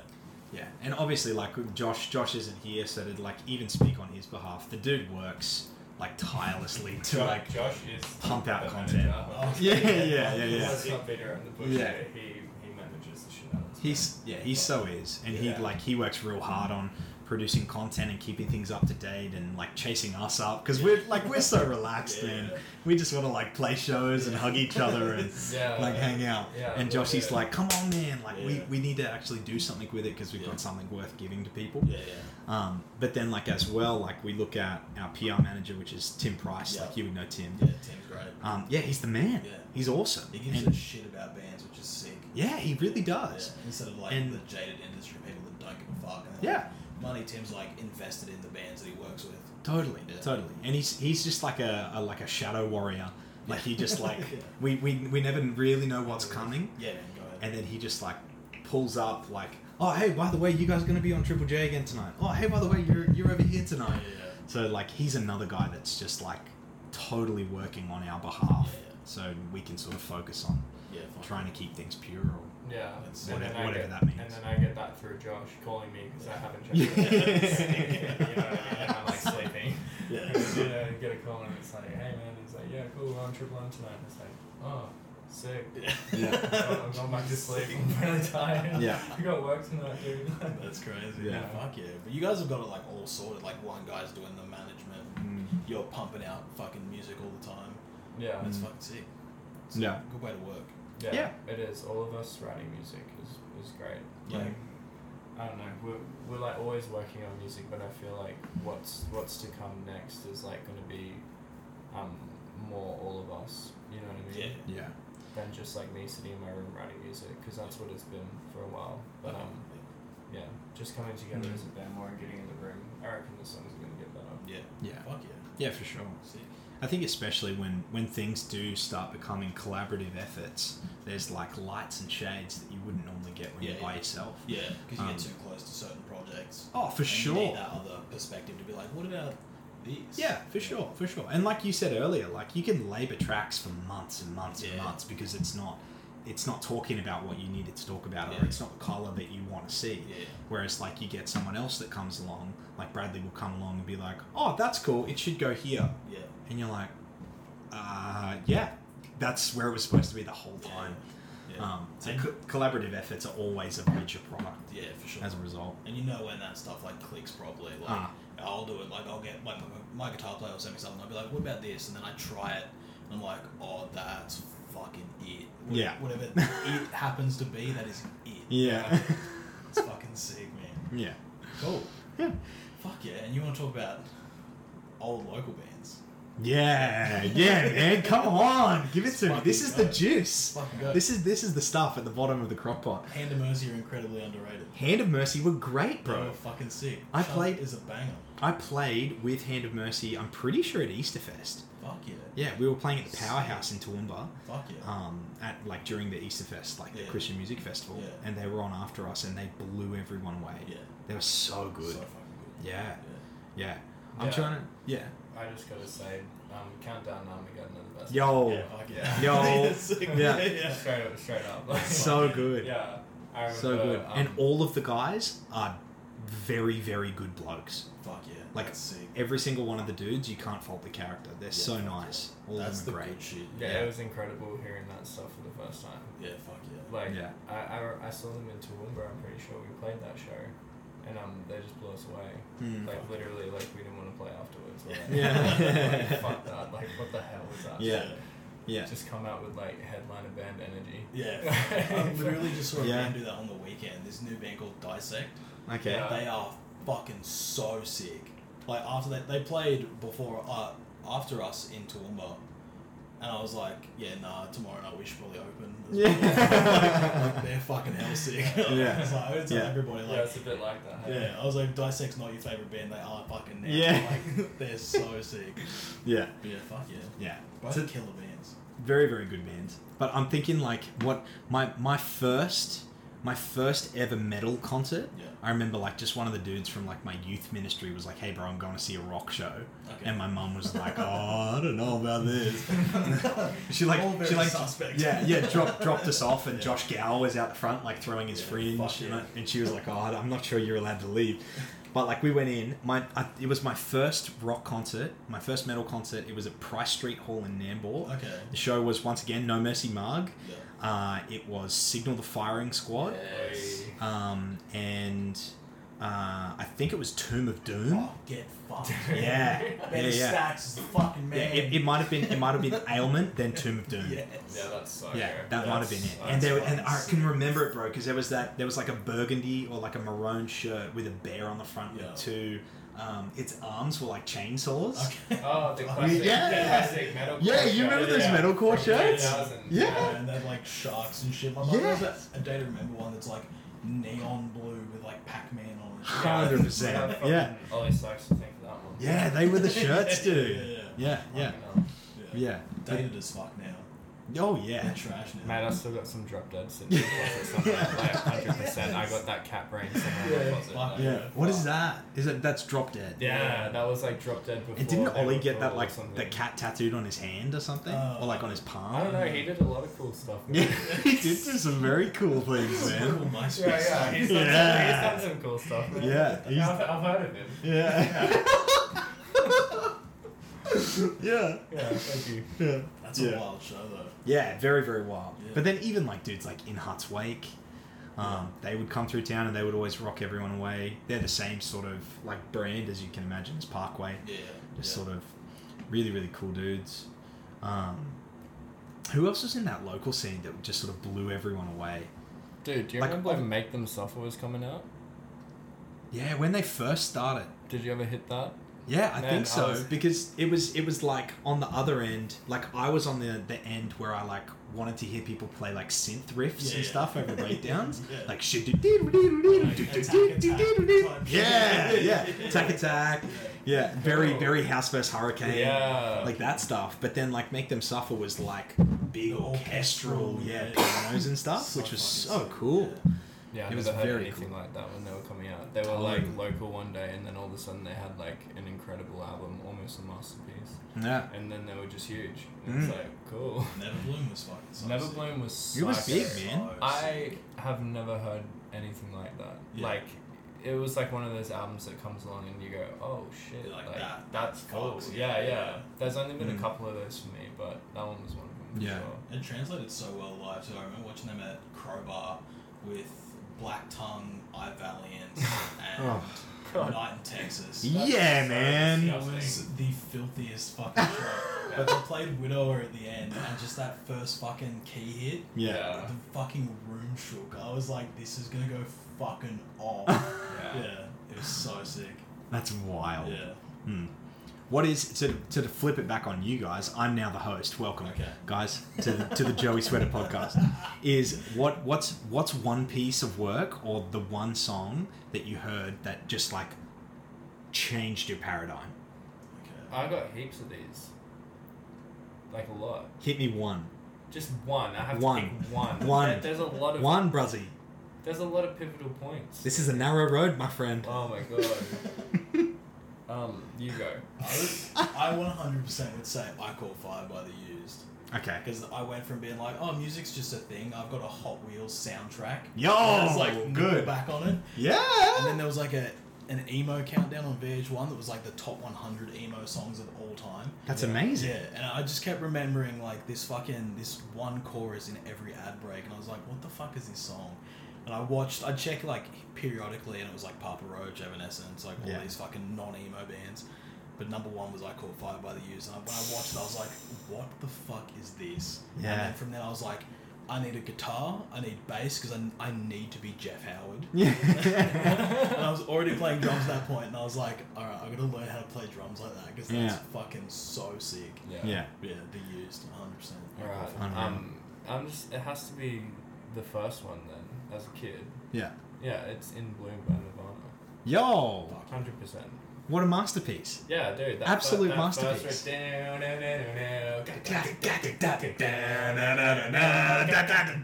Speaker 2: Yeah, and obviously, like Josh, Josh isn't here, so to like even speak on his behalf, the dude works like tirelessly to
Speaker 3: Jo-
Speaker 2: like.
Speaker 3: Josh is
Speaker 2: pump out
Speaker 3: the
Speaker 2: content.
Speaker 3: manager.
Speaker 4: Oh,
Speaker 2: Yeah, yeah, yeah, yeah.
Speaker 3: Let's not beat around the bush.
Speaker 2: Yeah.
Speaker 3: here. He he manages the shit out of this.
Speaker 2: He's yeah, he so is, and
Speaker 3: Yeah.
Speaker 2: he like he works real hard on producing content and keeping things up to date and like chasing us up because we're like we're so relaxed
Speaker 4: Yeah.
Speaker 2: and we just want to like play shows and hug each other and
Speaker 3: Yeah.
Speaker 2: like hang out.
Speaker 3: Yeah,
Speaker 2: and
Speaker 3: yeah,
Speaker 2: Josh is
Speaker 3: yeah.
Speaker 2: like, come on, man, like we,
Speaker 4: Uh, Yeah.
Speaker 2: we need to actually do something with it because we've
Speaker 4: Yeah.
Speaker 2: got something worth giving to people.
Speaker 4: Yeah, yeah.
Speaker 2: Um, but then like as well, like we look at our PR manager, which is Tim Price.
Speaker 4: Yeah.
Speaker 2: Like you would know Tim.
Speaker 4: Yeah, Tim's great.
Speaker 2: Um, yeah, he's the man.
Speaker 4: Yeah.
Speaker 2: He's awesome.
Speaker 4: He gives
Speaker 2: And-
Speaker 4: a shit about bands, which is sick.
Speaker 2: yeah, he really does.
Speaker 4: Yeah, Instead of like
Speaker 2: And-
Speaker 4: the jaded industry people that don't give a fuck. And they're
Speaker 2: Yeah.
Speaker 4: like, Money Tim's like invested in the bands that he works with.
Speaker 2: Totally,
Speaker 4: Yeah.
Speaker 2: totally. And he's he's just like a, a like a shadow warrior. Like he just like
Speaker 4: Yeah.
Speaker 2: we, we we never really know what's coming,
Speaker 4: Yeah, man, go ahead.
Speaker 2: and then he just like pulls up like, oh hey, by the way, you guys are gonna be on Triple J again tonight. Oh hey, by the way, you're you're over here
Speaker 4: yeah,
Speaker 2: tonight.
Speaker 4: yeah, yeah.
Speaker 2: So like he's another guy that's just like totally working on our behalf,
Speaker 4: Yeah, yeah.
Speaker 2: so we can sort of focus on
Speaker 4: Yeah, fuck.
Speaker 2: trying to keep things pure. Or,
Speaker 3: Yeah,
Speaker 4: That's
Speaker 3: and
Speaker 2: whatever-
Speaker 3: then I
Speaker 2: whatever
Speaker 3: get,
Speaker 2: that means.
Speaker 3: And then I get that through Josh calling me because I haven't checked.
Speaker 2: Yeah.
Speaker 3: it. you know, what I mean? and I'm like sleeping.
Speaker 4: Yeah.
Speaker 3: And, you know, get a call and it's like, hey man, he's like, yeah, cool, we're on Triple M tonight. And it's like, oh, sick.
Speaker 2: Yeah.
Speaker 3: Oh, I'm going back to sleep. I'm really tired.
Speaker 2: Yeah.
Speaker 3: I got work tonight, dude.
Speaker 4: That's crazy.
Speaker 2: Yeah.
Speaker 4: Fuck yeah. But you guys have got it like all sorted. Like one guy's doing the management. You're pumping out fucking music all the time.
Speaker 3: yeah,
Speaker 4: That's
Speaker 2: Mm.
Speaker 4: fucking sick. It's
Speaker 2: Yeah.
Speaker 4: A good way to work.
Speaker 3: yeah,
Speaker 2: Yeah.
Speaker 3: It is. All of us writing music is is great.
Speaker 4: Yeah.
Speaker 3: Like, I don't know. We're, we're like always working on music, but I feel like what's what's to come next is like going to be, um, more all of us. You know what I mean?
Speaker 4: Yeah.
Speaker 2: Yeah.
Speaker 3: Than just like me sitting in my room writing music, because that's what it's been for a while. But
Speaker 4: Okay.
Speaker 3: um, yeah, just coming together
Speaker 2: Mm.
Speaker 3: as a band more and getting in the room. I reckon the songs are gonna get better.
Speaker 4: yeah.
Speaker 2: Yeah.
Speaker 4: Fuck yeah.
Speaker 2: Yeah, for sure.
Speaker 4: Sick.
Speaker 2: I think especially when when things do start becoming collaborative efforts, there's like lights and shades that you wouldn't normally get when
Speaker 4: Yeah,
Speaker 2: you're by
Speaker 4: yeah.
Speaker 2: yourself.
Speaker 4: Yeah. Because you
Speaker 2: Um,
Speaker 4: get too close to certain projects.
Speaker 2: Oh, for
Speaker 4: and You need
Speaker 2: sure.
Speaker 4: that other perspective to be like, what about these?
Speaker 2: Yeah, for sure, for sure. And like you said earlier, like you can labor tracks for months and months and
Speaker 4: Yeah.
Speaker 2: months because it's not it's not talking about what you needed to talk about
Speaker 4: Yeah.
Speaker 2: or it's not the color that you want to see.
Speaker 4: Yeah.
Speaker 2: Whereas like you get someone else that comes along, like Bradley will come along and be like, "Oh, that's cool. It should go here."
Speaker 4: Yeah.
Speaker 2: And you're like, "Uh, yeah. That's where it was supposed to be the whole
Speaker 4: Yeah.
Speaker 2: time."
Speaker 4: Yeah.
Speaker 2: Um, so
Speaker 4: And-
Speaker 2: co- collaborative efforts are always a richer product
Speaker 4: yeah, for sure.
Speaker 2: as a result.
Speaker 4: and you know when that stuff like clicks properly. Like
Speaker 2: Ah.
Speaker 4: I'll do it. Like I'll get like my, my guitar player will send me something. I'll be like, "What about this?" And then I try it, and I'm like, "Oh, that's fucking it." What-
Speaker 2: Yeah.
Speaker 4: Whatever it happens to be, that is it.
Speaker 2: Yeah.
Speaker 4: It's fucking sick, man.
Speaker 2: yeah.
Speaker 4: Cool.
Speaker 2: Yeah.
Speaker 4: Fuck yeah. And you want to talk about old local bands?
Speaker 2: Yeah, yeah, man. Come on, give it
Speaker 4: Let's
Speaker 2: to me. This
Speaker 4: fucking
Speaker 2: is the
Speaker 4: go. Let's
Speaker 2: juice.
Speaker 4: fucking go.
Speaker 2: This is this is the stuff at the bottom of the crock pot.
Speaker 4: Hand of Mercy are incredibly underrated.
Speaker 2: Hand of Mercy were great,
Speaker 4: They were
Speaker 2: bro.
Speaker 4: fucking sick.
Speaker 2: I
Speaker 4: Shut
Speaker 2: played-
Speaker 4: is a banger.
Speaker 2: I played with Hand of Mercy. I'm pretty sure at Easterfest.
Speaker 4: Fuck yeah.
Speaker 2: Yeah, we were playing at the Powerhouse in Toowoomba.
Speaker 4: Fuck yeah.
Speaker 2: Um, at like during the Easterfest, like the
Speaker 4: Yeah.
Speaker 2: Christian Music Festival,
Speaker 4: Yeah.
Speaker 2: and they were on after us, and they blew everyone away.
Speaker 4: yeah.
Speaker 2: They were so good.
Speaker 4: So fucking good.
Speaker 2: yeah,
Speaker 4: Yeah.
Speaker 2: yeah. I'm
Speaker 3: Yeah.
Speaker 2: trying to. Yeah.
Speaker 3: I just gotta say, um, countdown now we got another best.
Speaker 2: Yo.
Speaker 4: Yeah, fuck yeah.
Speaker 2: Yo.
Speaker 4: Sick.
Speaker 2: Yeah.
Speaker 4: yeah.
Speaker 3: Straight up, straight up. Like,
Speaker 2: So good.
Speaker 3: Yeah. I remember,
Speaker 2: So good. and
Speaker 3: um,
Speaker 2: all of the guys are very, very good blokes.
Speaker 4: Fuck yeah.
Speaker 2: Like,
Speaker 4: that's sick.
Speaker 2: Every single one of the dudes, you can't fault the character. They're so
Speaker 4: fuck
Speaker 2: nice.
Speaker 4: yeah.
Speaker 2: All
Speaker 4: that's
Speaker 2: of them
Speaker 4: the
Speaker 2: are
Speaker 4: good
Speaker 2: great.
Speaker 4: shit.
Speaker 3: Yeah,
Speaker 2: Yeah.
Speaker 3: it was incredible hearing that stuff for the first time.
Speaker 4: Yeah, fuck yeah.
Speaker 3: Like,
Speaker 2: Yeah.
Speaker 3: I, I, I saw them in Toowoomba, I'm pretty sure we played that show, and um, they just blew us away.
Speaker 2: Hmm.
Speaker 3: Like, literally, like, we didn't want to play afterwards. Or, like,
Speaker 2: Yeah.
Speaker 3: like, fuck that. Like, what the hell was that?
Speaker 2: Yeah. Yeah.
Speaker 3: Just come out with, like, headliner band energy.
Speaker 4: Yeah, I literally just saw a
Speaker 2: Yeah.
Speaker 4: band do that on the weekend. This new band called Dissect.
Speaker 2: Okay.
Speaker 3: Yeah.
Speaker 4: They are fucking so sick. Like after that, they played before uh, after us in Toowoomba, and I was like, yeah, nah, tomorrow night we should probably open. as well.
Speaker 2: Yeah.
Speaker 4: Like, they're fucking hell sick.
Speaker 2: Yeah.
Speaker 4: so I would tell
Speaker 2: Yeah.
Speaker 4: everybody
Speaker 3: yeah,
Speaker 4: like.
Speaker 3: it's a bit like that. hey?
Speaker 4: Yeah, I was like, Dissect's not your favorite band. They are fucking now.
Speaker 2: Yeah.
Speaker 4: like, they're so sick.
Speaker 2: Yeah.
Speaker 4: But yeah, fuck yeah,
Speaker 2: Yeah.
Speaker 4: both
Speaker 2: So-
Speaker 4: killer bands.
Speaker 2: very very good bands but i'm thinking like what my my first my first ever metal concert
Speaker 4: Yeah.
Speaker 2: i remember like just one of the dudes from like my youth ministry was like hey bro i'm going to see a rock show
Speaker 4: Okay.
Speaker 2: and my mum was like oh i don't know about this she like
Speaker 4: All very
Speaker 2: she like
Speaker 4: suspect.
Speaker 2: yeah yeah dropped dropped us off and
Speaker 4: Yeah.
Speaker 2: josh gow was out the front like throwing his
Speaker 4: Yeah,
Speaker 2: fringe
Speaker 4: fuck
Speaker 2: and,
Speaker 4: yeah.
Speaker 2: I- and she was like oh i'm not sure you're allowed to leave but like we went in my I, it was my first rock concert my first metal concert it was at price street hall in nambour
Speaker 4: Okay.
Speaker 2: the show was once again No Mercy Marg.
Speaker 4: Yeah.
Speaker 2: Uh, it was Signal the Firing Squad.
Speaker 4: Yes.
Speaker 3: Hey.
Speaker 2: Um, and uh, I think it was Tomb of Doom.
Speaker 4: Oh, get fucked.
Speaker 2: Yeah. yeah,
Speaker 4: Ben
Speaker 2: yeah.
Speaker 4: Stacks is the fucking
Speaker 2: Yeah,
Speaker 4: man.
Speaker 2: it, it might have been it might have been Ailment then Tomb of Doom.
Speaker 4: Yes.
Speaker 3: Yeah, that's so
Speaker 2: Yeah,
Speaker 3: rare.
Speaker 2: that might have been
Speaker 3: That's-
Speaker 2: it.
Speaker 3: that's
Speaker 2: And there and
Speaker 3: fine.
Speaker 2: I can remember it, bro, because there was that there was like a burgundy or like a maroon shirt with a bear on the front
Speaker 4: Yeah.
Speaker 2: with two. Um, its arms were like chainsaws.
Speaker 4: Okay.
Speaker 3: Oh, the classic,
Speaker 2: Yeah.
Speaker 3: the classic metal.
Speaker 2: Yeah, you
Speaker 3: show.
Speaker 2: remember those
Speaker 4: Yeah.
Speaker 2: metalcore shirts?
Speaker 3: 2000.
Speaker 2: Yeah.
Speaker 4: And then like sharks and shit. My mum
Speaker 2: Yes.
Speaker 4: has a, a day to remember one that's like neon blue with like Pac Man on it.
Speaker 2: Hundred percent.
Speaker 3: Yeah.
Speaker 2: Yeah.
Speaker 3: fucking Ollie Sykes to think for that one.
Speaker 2: Yeah, they were the shirts, dude.
Speaker 4: Yeah,
Speaker 2: Yeah, yeah,
Speaker 3: Fucking hell.
Speaker 2: yeah.
Speaker 4: Dated as fuck now.
Speaker 2: Oh
Speaker 4: Yeah.
Speaker 2: yeah.
Speaker 4: Trash now.
Speaker 3: Mate, I still got some drop dead syndrome closet somewhere. Like hundred percent, I got that cat brain somewhere in
Speaker 4: Yeah.
Speaker 3: my closet.
Speaker 4: Fuck
Speaker 3: like,
Speaker 2: Yeah. What is
Speaker 3: fuck.
Speaker 2: that? Is it that's drop dead?
Speaker 3: Yeah, that was like drop dead before.
Speaker 2: And didn't
Speaker 3: they
Speaker 2: Ollie
Speaker 3: were
Speaker 2: get that
Speaker 3: cool or
Speaker 2: like
Speaker 3: something.
Speaker 2: the cat tattooed on his hand or something,
Speaker 4: Oh.
Speaker 2: or like on his
Speaker 3: I don't
Speaker 2: palm?
Speaker 3: know. He did a lot of cool stuff.
Speaker 2: Yeah,
Speaker 3: man.
Speaker 2: he did do some very cool things, man.
Speaker 4: Little MySpace.
Speaker 3: yeah, yeah. He's done,
Speaker 2: Yeah.
Speaker 3: Some, he's done some cool stuff. Man.
Speaker 2: Yeah, he's-
Speaker 3: I've, I've heard of him.
Speaker 2: Yeah. yeah.
Speaker 3: Yeah, thank you.
Speaker 2: Yeah.
Speaker 4: That's
Speaker 2: Yeah.
Speaker 4: a wild show though.
Speaker 2: Yeah, very, very wild.
Speaker 4: Yeah.
Speaker 2: But then even like dudes like in Hut's Wake, um, they would come through town and they would always rock everyone away. They're the same sort of like brand as you can imagine as Parkway.
Speaker 4: Yeah.
Speaker 2: Just
Speaker 4: yeah.
Speaker 2: sort of really, really cool dudes. Um, who else was in that local scene that just sort of blew everyone away?
Speaker 3: Dude, do you
Speaker 2: Like,
Speaker 3: remember
Speaker 2: Ollie-
Speaker 3: when Make Them Suffer was coming out?
Speaker 2: Yeah, when they first started.
Speaker 3: Did you ever hit that?
Speaker 2: Yeah, I
Speaker 3: Man,
Speaker 2: think
Speaker 3: I
Speaker 2: so
Speaker 3: was-
Speaker 2: because it was it was like on the other end, like I was on the the end where I like wanted to hear people play like synth riffs
Speaker 4: Yeah,
Speaker 2: and
Speaker 4: yeah.
Speaker 2: stuff over breakdowns,
Speaker 4: Yeah.
Speaker 2: like shit. do- do- do- do- do-
Speaker 4: Like
Speaker 2: do- do-
Speaker 4: attack,
Speaker 2: do- do-
Speaker 4: attack
Speaker 2: do- do-
Speaker 4: type shit.
Speaker 2: Yeah, yeah, attack, attack. Yeah, very
Speaker 3: Cool.
Speaker 2: very house versus hurricane.
Speaker 3: Yeah.
Speaker 2: Like that stuff, but then like make them suffer was like big
Speaker 4: The
Speaker 2: orchestral,
Speaker 4: orchestral,
Speaker 2: yeah,
Speaker 4: yeah.
Speaker 2: pianos and stuff,
Speaker 4: So
Speaker 2: which was
Speaker 4: fucking
Speaker 2: so
Speaker 4: sick,
Speaker 2: cool.
Speaker 4: yeah.
Speaker 3: Yeah, I
Speaker 2: It was
Speaker 3: never heard
Speaker 2: very
Speaker 3: anything like that when they were coming out. They were
Speaker 2: Totally.
Speaker 3: like local one day, and then all of a sudden they had like an incredible album, almost a masterpiece,
Speaker 2: Yeah,
Speaker 3: and then they were just huge. And It's
Speaker 2: Mm.
Speaker 3: like cool.
Speaker 4: Never Bloom was fucking so
Speaker 3: Never
Speaker 4: sick.
Speaker 3: Bloom was.
Speaker 2: it was
Speaker 3: psycho.
Speaker 2: big, man.
Speaker 4: So
Speaker 3: I have never heard anything like that.
Speaker 4: Yeah.
Speaker 3: Like, it was like one of those albums that comes along and you go, "Oh shit!"
Speaker 4: You're like, that-
Speaker 3: That's
Speaker 4: that
Speaker 3: cool.
Speaker 4: fucks,
Speaker 3: Yeah,
Speaker 4: yeah,
Speaker 3: yeah,
Speaker 4: yeah.
Speaker 3: There's only been
Speaker 2: Mm.
Speaker 3: a couple of those for me, but that one was one of them. for
Speaker 2: Yeah.
Speaker 3: sure.
Speaker 4: It translated so well live too. I remember watching them at Crowbar with Black Tongue, I Valiant, and
Speaker 2: Oh,
Speaker 3: God.
Speaker 4: Night in Texas.
Speaker 2: yeah, man.
Speaker 4: That was the filthiest fucking show. but they played Widower at the end, and just that first fucking key hit,
Speaker 2: Yeah.
Speaker 4: the fucking room shook. I was like, this is gonna go fucking off.
Speaker 3: Yeah.
Speaker 4: yeah, it was so sick.
Speaker 2: That's wild.
Speaker 4: Yeah.
Speaker 2: Hmm. What is to to flip it back on you guys? I'm now the host. Welcome,
Speaker 4: Okay.
Speaker 2: guys, to the, to the Joey Sweater podcast. Is what what's what's one piece of work or the one song that you heard that just like changed your paradigm?
Speaker 4: Okay.
Speaker 3: I got heaps of these. Like a lot.
Speaker 2: Hit me one,
Speaker 3: Just one. I have
Speaker 2: One.
Speaker 3: to pick one.
Speaker 2: One.
Speaker 3: There- there's a lot of
Speaker 2: one, bruzzy.
Speaker 3: There's a lot of pivotal points.
Speaker 2: This is a narrow road, my friend.
Speaker 3: Oh my Oh god. Um, you go.
Speaker 4: I was- I 100% would say I call fire by the used.
Speaker 2: Okay.
Speaker 4: Because I went from being like, oh, music's just a thing. I've got a Hot Wheels soundtrack.
Speaker 2: Yo,
Speaker 4: And it's like
Speaker 2: good.
Speaker 4: back on it. And
Speaker 2: Yeah.
Speaker 4: then there was like a an emo countdown on VH1 that was like the top 100 emo songs of all time.
Speaker 2: That's
Speaker 3: Yeah.
Speaker 2: amazing.
Speaker 4: Yeah, and I just kept remembering like this fucking this one chorus in every ad break, and I was like, what the fuck is this song? And I watched, I checked like periodically, and it was like Papa Roach, Evanescence, like all
Speaker 2: Yeah.
Speaker 4: these fucking non-emo bands. But number one was I Caught Fire by the Use, and I, when I watched it, I was like, what the fuck is this? And
Speaker 2: Yeah.
Speaker 4: then from then I was like, I need a guitar, I need bass, because I, I need to be Jeff Howard and I was already playing drums at that point, and I was like, all right, I'm gonna learn how to play drums like that because that's
Speaker 2: Yeah.
Speaker 4: fucking so sick.
Speaker 3: Yeah.
Speaker 2: yeah.
Speaker 4: Yeah, the used 100. percent
Speaker 3: Alright.
Speaker 2: Unreal.
Speaker 3: Um, I'm just. It has to be the first one then. As a kid.
Speaker 2: Yeah.
Speaker 3: Yeah, it's in Bloom by Nirvana.
Speaker 2: Yo,
Speaker 3: Hundred percent.
Speaker 2: what a masterpiece.
Speaker 3: Yeah, dude. That
Speaker 2: Absolute
Speaker 3: fir- that first
Speaker 2: masterpiece.
Speaker 3: riff- down, down, down, down, down.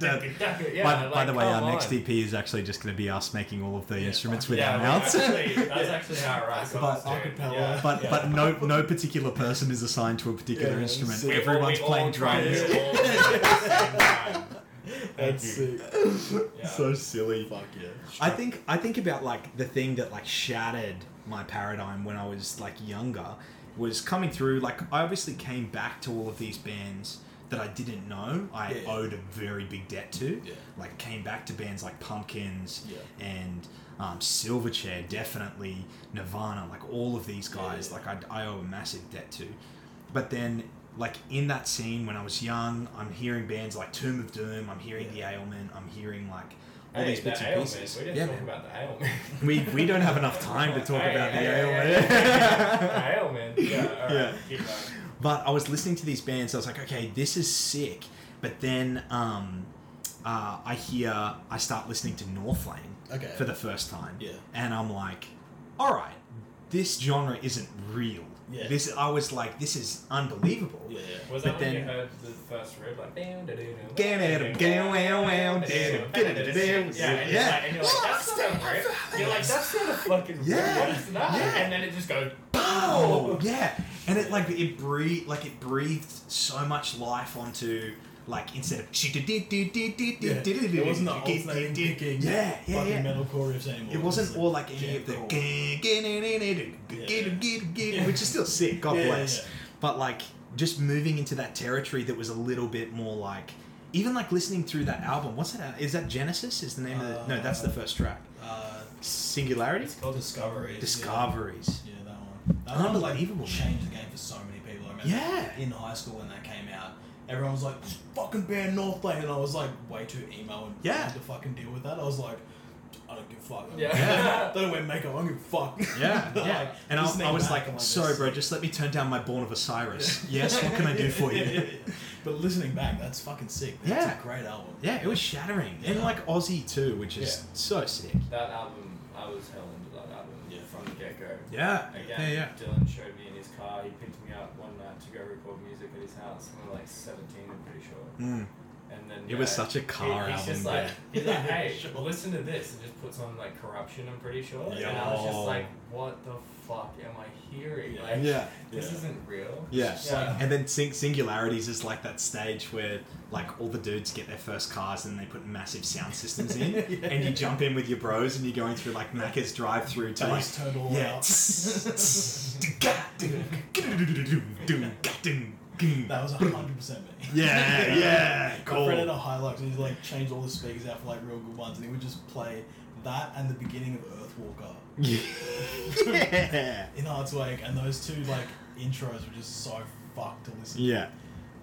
Speaker 2: by,
Speaker 3: Yeah,
Speaker 2: by
Speaker 3: like,
Speaker 2: the way,
Speaker 3: come
Speaker 2: our
Speaker 3: on.
Speaker 2: next EP is actually just going to be us making all of the
Speaker 4: Yeah,
Speaker 2: instruments
Speaker 4: fuck
Speaker 2: with
Speaker 3: yeah,
Speaker 2: our
Speaker 3: we
Speaker 2: mouths.
Speaker 3: Actually, that's actually how I write songs.
Speaker 4: But
Speaker 3: dude.
Speaker 4: acapella.
Speaker 3: Yeah.
Speaker 2: But
Speaker 3: yeah.
Speaker 2: but no no particular person is assigned to a particular
Speaker 4: Yeah,
Speaker 2: instrument.
Speaker 4: so-
Speaker 2: Everyone's playing drums.
Speaker 4: do it.
Speaker 3: That's
Speaker 4: sick.
Speaker 3: Yeah.
Speaker 2: silly.
Speaker 4: Fuck yeah.
Speaker 2: I think I think about like the thing that like shattered my paradigm when I was like younger was coming through. Like I obviously came back to all of these bands that I didn't know. I
Speaker 4: Yeah.
Speaker 2: owed a very big debt to.
Speaker 4: Yeah.
Speaker 2: Like came back to bands like Pumpkins
Speaker 4: Yeah.
Speaker 2: and um, Silverchair, definitely Nirvana. Like all of these guys,
Speaker 4: Yeah.
Speaker 2: like I, I owe a massive debt to. But then. Like in that scene when I was young, I'm hearing bands like Tomb of Doom, I'm hearing
Speaker 4: Yeah.
Speaker 2: The Ailment, I'm hearing like all
Speaker 3: Hey,
Speaker 2: these bits
Speaker 3: the
Speaker 2: and
Speaker 3: ailment.
Speaker 2: pieces.
Speaker 3: We didn't
Speaker 2: Yeah,
Speaker 3: talk
Speaker 2: man.
Speaker 3: about the ailment.
Speaker 2: We, we don't have enough time to talk
Speaker 3: Hey,
Speaker 2: about the
Speaker 3: hey,
Speaker 2: ailment.
Speaker 3: hey, hey, hey, ailment. Yeah. All right.
Speaker 2: Yeah.
Speaker 3: Keep going.
Speaker 2: but I was listening to these bands. I was like, okay, this is sick. But then um, uh, I hear, I start listening to Northlane
Speaker 4: Okay.
Speaker 2: for the first time.
Speaker 4: Yeah.
Speaker 2: And I'm like, all right, this genre isn't real.
Speaker 4: Yeah.
Speaker 2: This I was like, this is unbelievable.
Speaker 4: yeah.
Speaker 3: Was
Speaker 2: But
Speaker 3: that when you
Speaker 2: then-
Speaker 3: heard the first riff like down da doo doo,
Speaker 2: Down, down, down, down, down,
Speaker 3: and then
Speaker 2: down,
Speaker 3: you-
Speaker 2: down, down, down,
Speaker 3: Yeah, and you're
Speaker 2: yeah.
Speaker 3: like, and you're like, that's not a riff. You're like, that's not a fucking riff.
Speaker 2: Yeah,
Speaker 3: What is that?
Speaker 2: yeah.
Speaker 3: And then it just goes
Speaker 2: Oh yeah, and it like it breathed like it breathed so much life onto like instead of
Speaker 4: Yeah. It wasn't the alternating picking
Speaker 2: yeah yeah
Speaker 4: fucking
Speaker 2: yeah.
Speaker 4: metalcore riffs anymore.
Speaker 2: It wasn't all like any of the
Speaker 4: Gen-core.
Speaker 2: which is still sick. God
Speaker 4: Yeah,
Speaker 2: bless.
Speaker 4: yeah.
Speaker 2: But like just moving into that territory that was a little bit more like even like listening through that album. What's that? Is that Genesis? Is the name of the? No, that's the first track.
Speaker 4: Uh,
Speaker 2: Singularity.
Speaker 3: It's called
Speaker 4: Discovery.
Speaker 2: Discoveries.
Speaker 4: Yeah, that one. That one, like,
Speaker 2: Unbelievable,
Speaker 4: changed the game for so many people. I remember
Speaker 2: Yeah.
Speaker 4: in high school when that came out, everyone was like, "This fucking band Northlane," and I was like, way too emo and
Speaker 2: Yeah.
Speaker 4: wanted to fucking deal with that. I was like, I don't give a fuck.
Speaker 3: Yeah.
Speaker 4: they don't wear makeup. I don't give a fuck.
Speaker 2: Yeah,
Speaker 4: Like,
Speaker 2: yeah. and I,
Speaker 4: just
Speaker 2: I
Speaker 4: lean
Speaker 2: was
Speaker 4: back
Speaker 2: like,
Speaker 4: and
Speaker 2: sorry,
Speaker 4: this."
Speaker 2: bro, just let me turn down my Born of Osiris. yes, what can I do for you?
Speaker 4: but listening back, that's fucking sick. That's
Speaker 2: Yeah.
Speaker 4: a great album.
Speaker 2: Yeah, it was shattering. And like Aussie too, which is
Speaker 4: Yeah.
Speaker 2: so sick.
Speaker 3: That album, I was hell into that album
Speaker 4: Yeah.
Speaker 3: from the get go.
Speaker 2: Yeah.
Speaker 3: Again,
Speaker 2: Yeah, yeah.
Speaker 3: Dylan showed me in his car. He picked me up one night to go record music at his house. We were like 17, I'm pretty sure.
Speaker 2: Mm.
Speaker 3: And then
Speaker 2: It was
Speaker 3: yeah,
Speaker 2: such a car
Speaker 3: he, he's
Speaker 2: album,
Speaker 3: Just like,
Speaker 2: yeah.
Speaker 3: He's like, hey,
Speaker 4: Sure.
Speaker 3: listen to this, and just puts on like corruption. I'm pretty sure. And I was
Speaker 2: Yo.
Speaker 3: just like, what the fuck am I hearing?
Speaker 4: Yeah.
Speaker 3: Like,
Speaker 2: Yeah.
Speaker 3: this
Speaker 4: Yeah.
Speaker 3: isn't real.
Speaker 2: Yeah.
Speaker 3: Yeah.
Speaker 2: And then sing- Singularities is like that stage where like all the dudes get their first cars and they put massive sound systems in,
Speaker 4: Yeah.
Speaker 2: and you jump in with your bros and you're going through like Macca's drive through to like
Speaker 4: Bass turned all
Speaker 2: yeah.
Speaker 4: out. That was hundred percent me.
Speaker 2: Yeah, yeah,
Speaker 4: My friend had a
Speaker 2: cool.
Speaker 4: Hilux and he's like changed all the speakers out for like real good ones and he would just play that and the beginning of Earthwalker
Speaker 2: Yeah.
Speaker 4: in Hartswake and those two like intros were just so fucked to listen to.
Speaker 2: Yeah, they're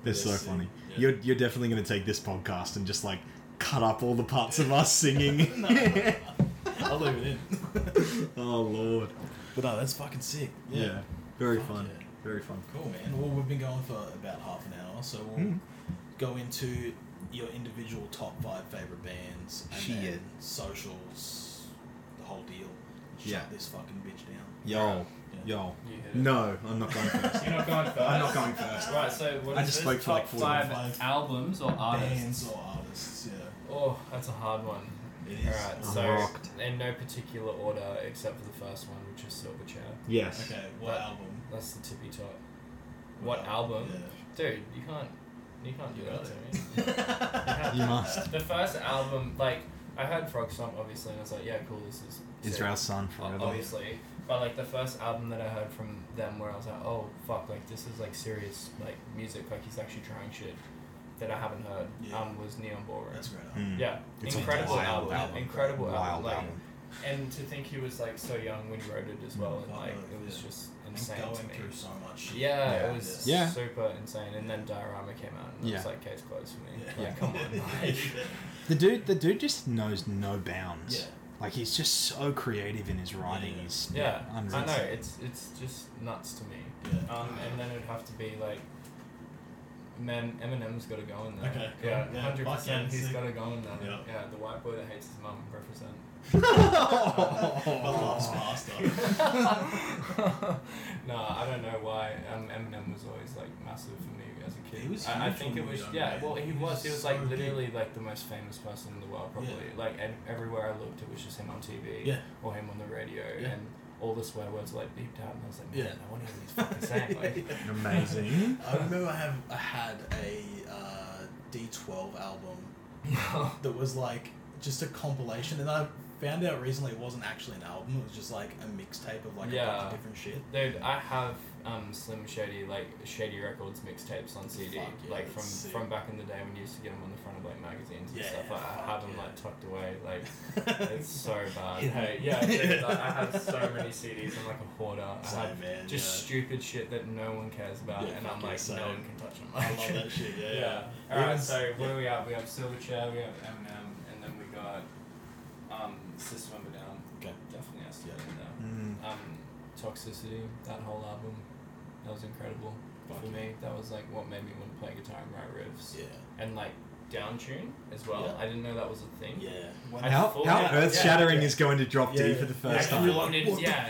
Speaker 4: They're
Speaker 2: so
Speaker 4: sick.
Speaker 2: funny.
Speaker 4: Yeah.
Speaker 2: You're you're definitely gonna take this podcast and just like cut up all the parts of us singing.
Speaker 4: No, no, no. I'll leave it in.
Speaker 2: oh lord.
Speaker 4: But no, that's fucking sick.
Speaker 2: Yeah,
Speaker 4: Yeah.
Speaker 2: very
Speaker 4: Fuck
Speaker 2: fun.
Speaker 4: yeah.
Speaker 2: Very fun.
Speaker 4: Cool man. Well we've been going for about half an hour, so we'll
Speaker 3: Hmm.
Speaker 2: Mm.
Speaker 4: go into your individual top five favourite bands and
Speaker 2: Shit.
Speaker 4: then socials, the whole deal. Shut
Speaker 2: Yeah.
Speaker 4: this fucking bitch down.
Speaker 2: Yo,
Speaker 4: Yeah.
Speaker 2: yo.
Speaker 3: You hit it.
Speaker 2: No, I'm not going first.
Speaker 3: You're not going first.
Speaker 2: I'm not going first.
Speaker 3: Right, so what
Speaker 2: I
Speaker 3: is
Speaker 2: just
Speaker 3: this?
Speaker 2: spoke for like
Speaker 3: top
Speaker 2: 45.
Speaker 3: five albums or artists?
Speaker 4: Bands or artists, yeah.
Speaker 3: Oh, that's a hard one.
Speaker 4: It is.
Speaker 3: Alright, so
Speaker 2: rocked.
Speaker 3: in no particular order except for the first one, which is Silverchair.
Speaker 2: Yes.
Speaker 4: Okay, what
Speaker 3: But-
Speaker 4: album?
Speaker 3: That's the tippy top. What album? Dude, you can't you can't do that to me.
Speaker 4: Yeah.
Speaker 2: You must.
Speaker 3: The first album, like I heard Frog Stomp obviously and I was like, yeah, cool, this is sick,
Speaker 2: Israel's son forever.
Speaker 3: Obviously. But like the first album that I heard from them where I was like, Oh fuck, like this is like serious like music, like he's actually trying shit that I haven't heard
Speaker 4: Yeah.
Speaker 3: um was Neon Ballroom.
Speaker 4: That's a great album.
Speaker 2: Mm.
Speaker 3: yeah.
Speaker 2: It's a
Speaker 3: incredible
Speaker 2: wild
Speaker 3: album.
Speaker 2: album.
Speaker 3: Incredible
Speaker 2: Wild
Speaker 3: album. Like
Speaker 2: album.
Speaker 3: and to think he was like so young when he wrote it as well, and
Speaker 4: Wow,
Speaker 3: like it was
Speaker 4: yeah.
Speaker 3: just
Speaker 4: And
Speaker 3: insane
Speaker 4: going
Speaker 3: to me.
Speaker 4: through so much.
Speaker 3: Yeah,
Speaker 2: Yeah.
Speaker 3: it was
Speaker 2: Yeah.
Speaker 3: super insane. And then Diorama came out, and it
Speaker 2: Yeah.
Speaker 3: was like case closed for me.
Speaker 4: Yeah.
Speaker 3: Like, come on, like,
Speaker 2: The dude, the dude just knows no bounds.
Speaker 4: Yeah.
Speaker 2: Like he's just so creative in his writing.
Speaker 4: Yeah.
Speaker 2: He's
Speaker 3: yeah,
Speaker 2: I'm
Speaker 3: I know
Speaker 2: insane.
Speaker 3: it's it's just nuts to me.
Speaker 4: Yeah.
Speaker 3: Um, and then it'd have to be like, man, Eminem's got to go in there.
Speaker 4: Okay, cool.
Speaker 3: yeah,
Speaker 4: Yeah,
Speaker 3: hundred
Speaker 4: fuck yeah,
Speaker 3: percent, he's
Speaker 4: sick.
Speaker 3: got to go in there.
Speaker 4: Yeah.
Speaker 3: the white boy that hates his mum represent.
Speaker 4: But Love's Master.
Speaker 3: no, I don't know why. Um, Eminem was always like massive for me as a kid.
Speaker 4: He was
Speaker 3: I, I
Speaker 4: huge
Speaker 3: think
Speaker 4: when
Speaker 3: it
Speaker 4: we
Speaker 3: was
Speaker 4: were
Speaker 3: yeah.
Speaker 4: young,
Speaker 3: Well, he
Speaker 4: man. He
Speaker 3: was.
Speaker 4: was
Speaker 3: He was
Speaker 4: so
Speaker 3: like
Speaker 4: big.
Speaker 3: literally like the most famous person in the world, probably. Like and everywhere I looked, it was just him on TV
Speaker 4: Yeah.
Speaker 3: or him on the radio,
Speaker 4: Yeah.
Speaker 3: and all the swear words were, like beeped out, and I was like, man,
Speaker 4: Yeah.
Speaker 3: I wonder what he's fucking saying. Like,
Speaker 2: Amazing.
Speaker 4: I remember I have I had a uh, D12 album that was like just a compilation, and I found out recently it wasn't actually an album. It was just like a mixtape of like a
Speaker 3: Yeah.
Speaker 4: bunch of different shit.
Speaker 3: Dude, I have um, Slim Shady like Shady Records mixtapes on CD,
Speaker 4: Fuck yeah,
Speaker 3: like
Speaker 4: that's
Speaker 3: from
Speaker 4: sick.
Speaker 3: from back in the day when you used to get them on the front of like magazines and
Speaker 4: Yeah,
Speaker 3: stuff. Like,
Speaker 4: fuck
Speaker 3: I have them
Speaker 4: yeah.
Speaker 3: like tucked away, like it's so bad. Hey, yeah, dude, like, I have so many CDs. I'm like a hoarder. I
Speaker 4: Same,
Speaker 3: have
Speaker 4: man.
Speaker 3: just
Speaker 4: yeah.
Speaker 3: stupid shit that no one cares about,
Speaker 4: Yeah,
Speaker 3: and I'm
Speaker 4: fucking
Speaker 3: like,
Speaker 4: same.
Speaker 3: no one can touch them.
Speaker 4: I love that shit. Yeah.
Speaker 3: yeah.
Speaker 4: yeah.
Speaker 3: All right.
Speaker 4: Even-
Speaker 3: So where are we at? We have Silverchair, we have Eminem, and then we got um, System of a Down.
Speaker 4: Okay.
Speaker 3: Definitely has to
Speaker 4: Yeah.
Speaker 3: be in there.
Speaker 2: Mm.
Speaker 3: Um, Toxicity, that whole album, that was incredible
Speaker 4: Fuck
Speaker 3: for
Speaker 4: yeah.
Speaker 3: me. That was like what made me want to play guitar and write riffs,
Speaker 4: Yeah.
Speaker 3: and like down tune as well.
Speaker 4: Yeah.
Speaker 3: I didn't know that was a thing.
Speaker 4: Yeah.
Speaker 3: I
Speaker 2: How,
Speaker 3: thought-
Speaker 2: how
Speaker 3: yeah,
Speaker 2: earth shattering
Speaker 4: yeah.
Speaker 2: is going to drop D
Speaker 4: Yeah.
Speaker 2: for the first
Speaker 4: Yeah.
Speaker 2: time.
Speaker 4: Really?
Speaker 3: Like,
Speaker 4: What the
Speaker 3: yeah,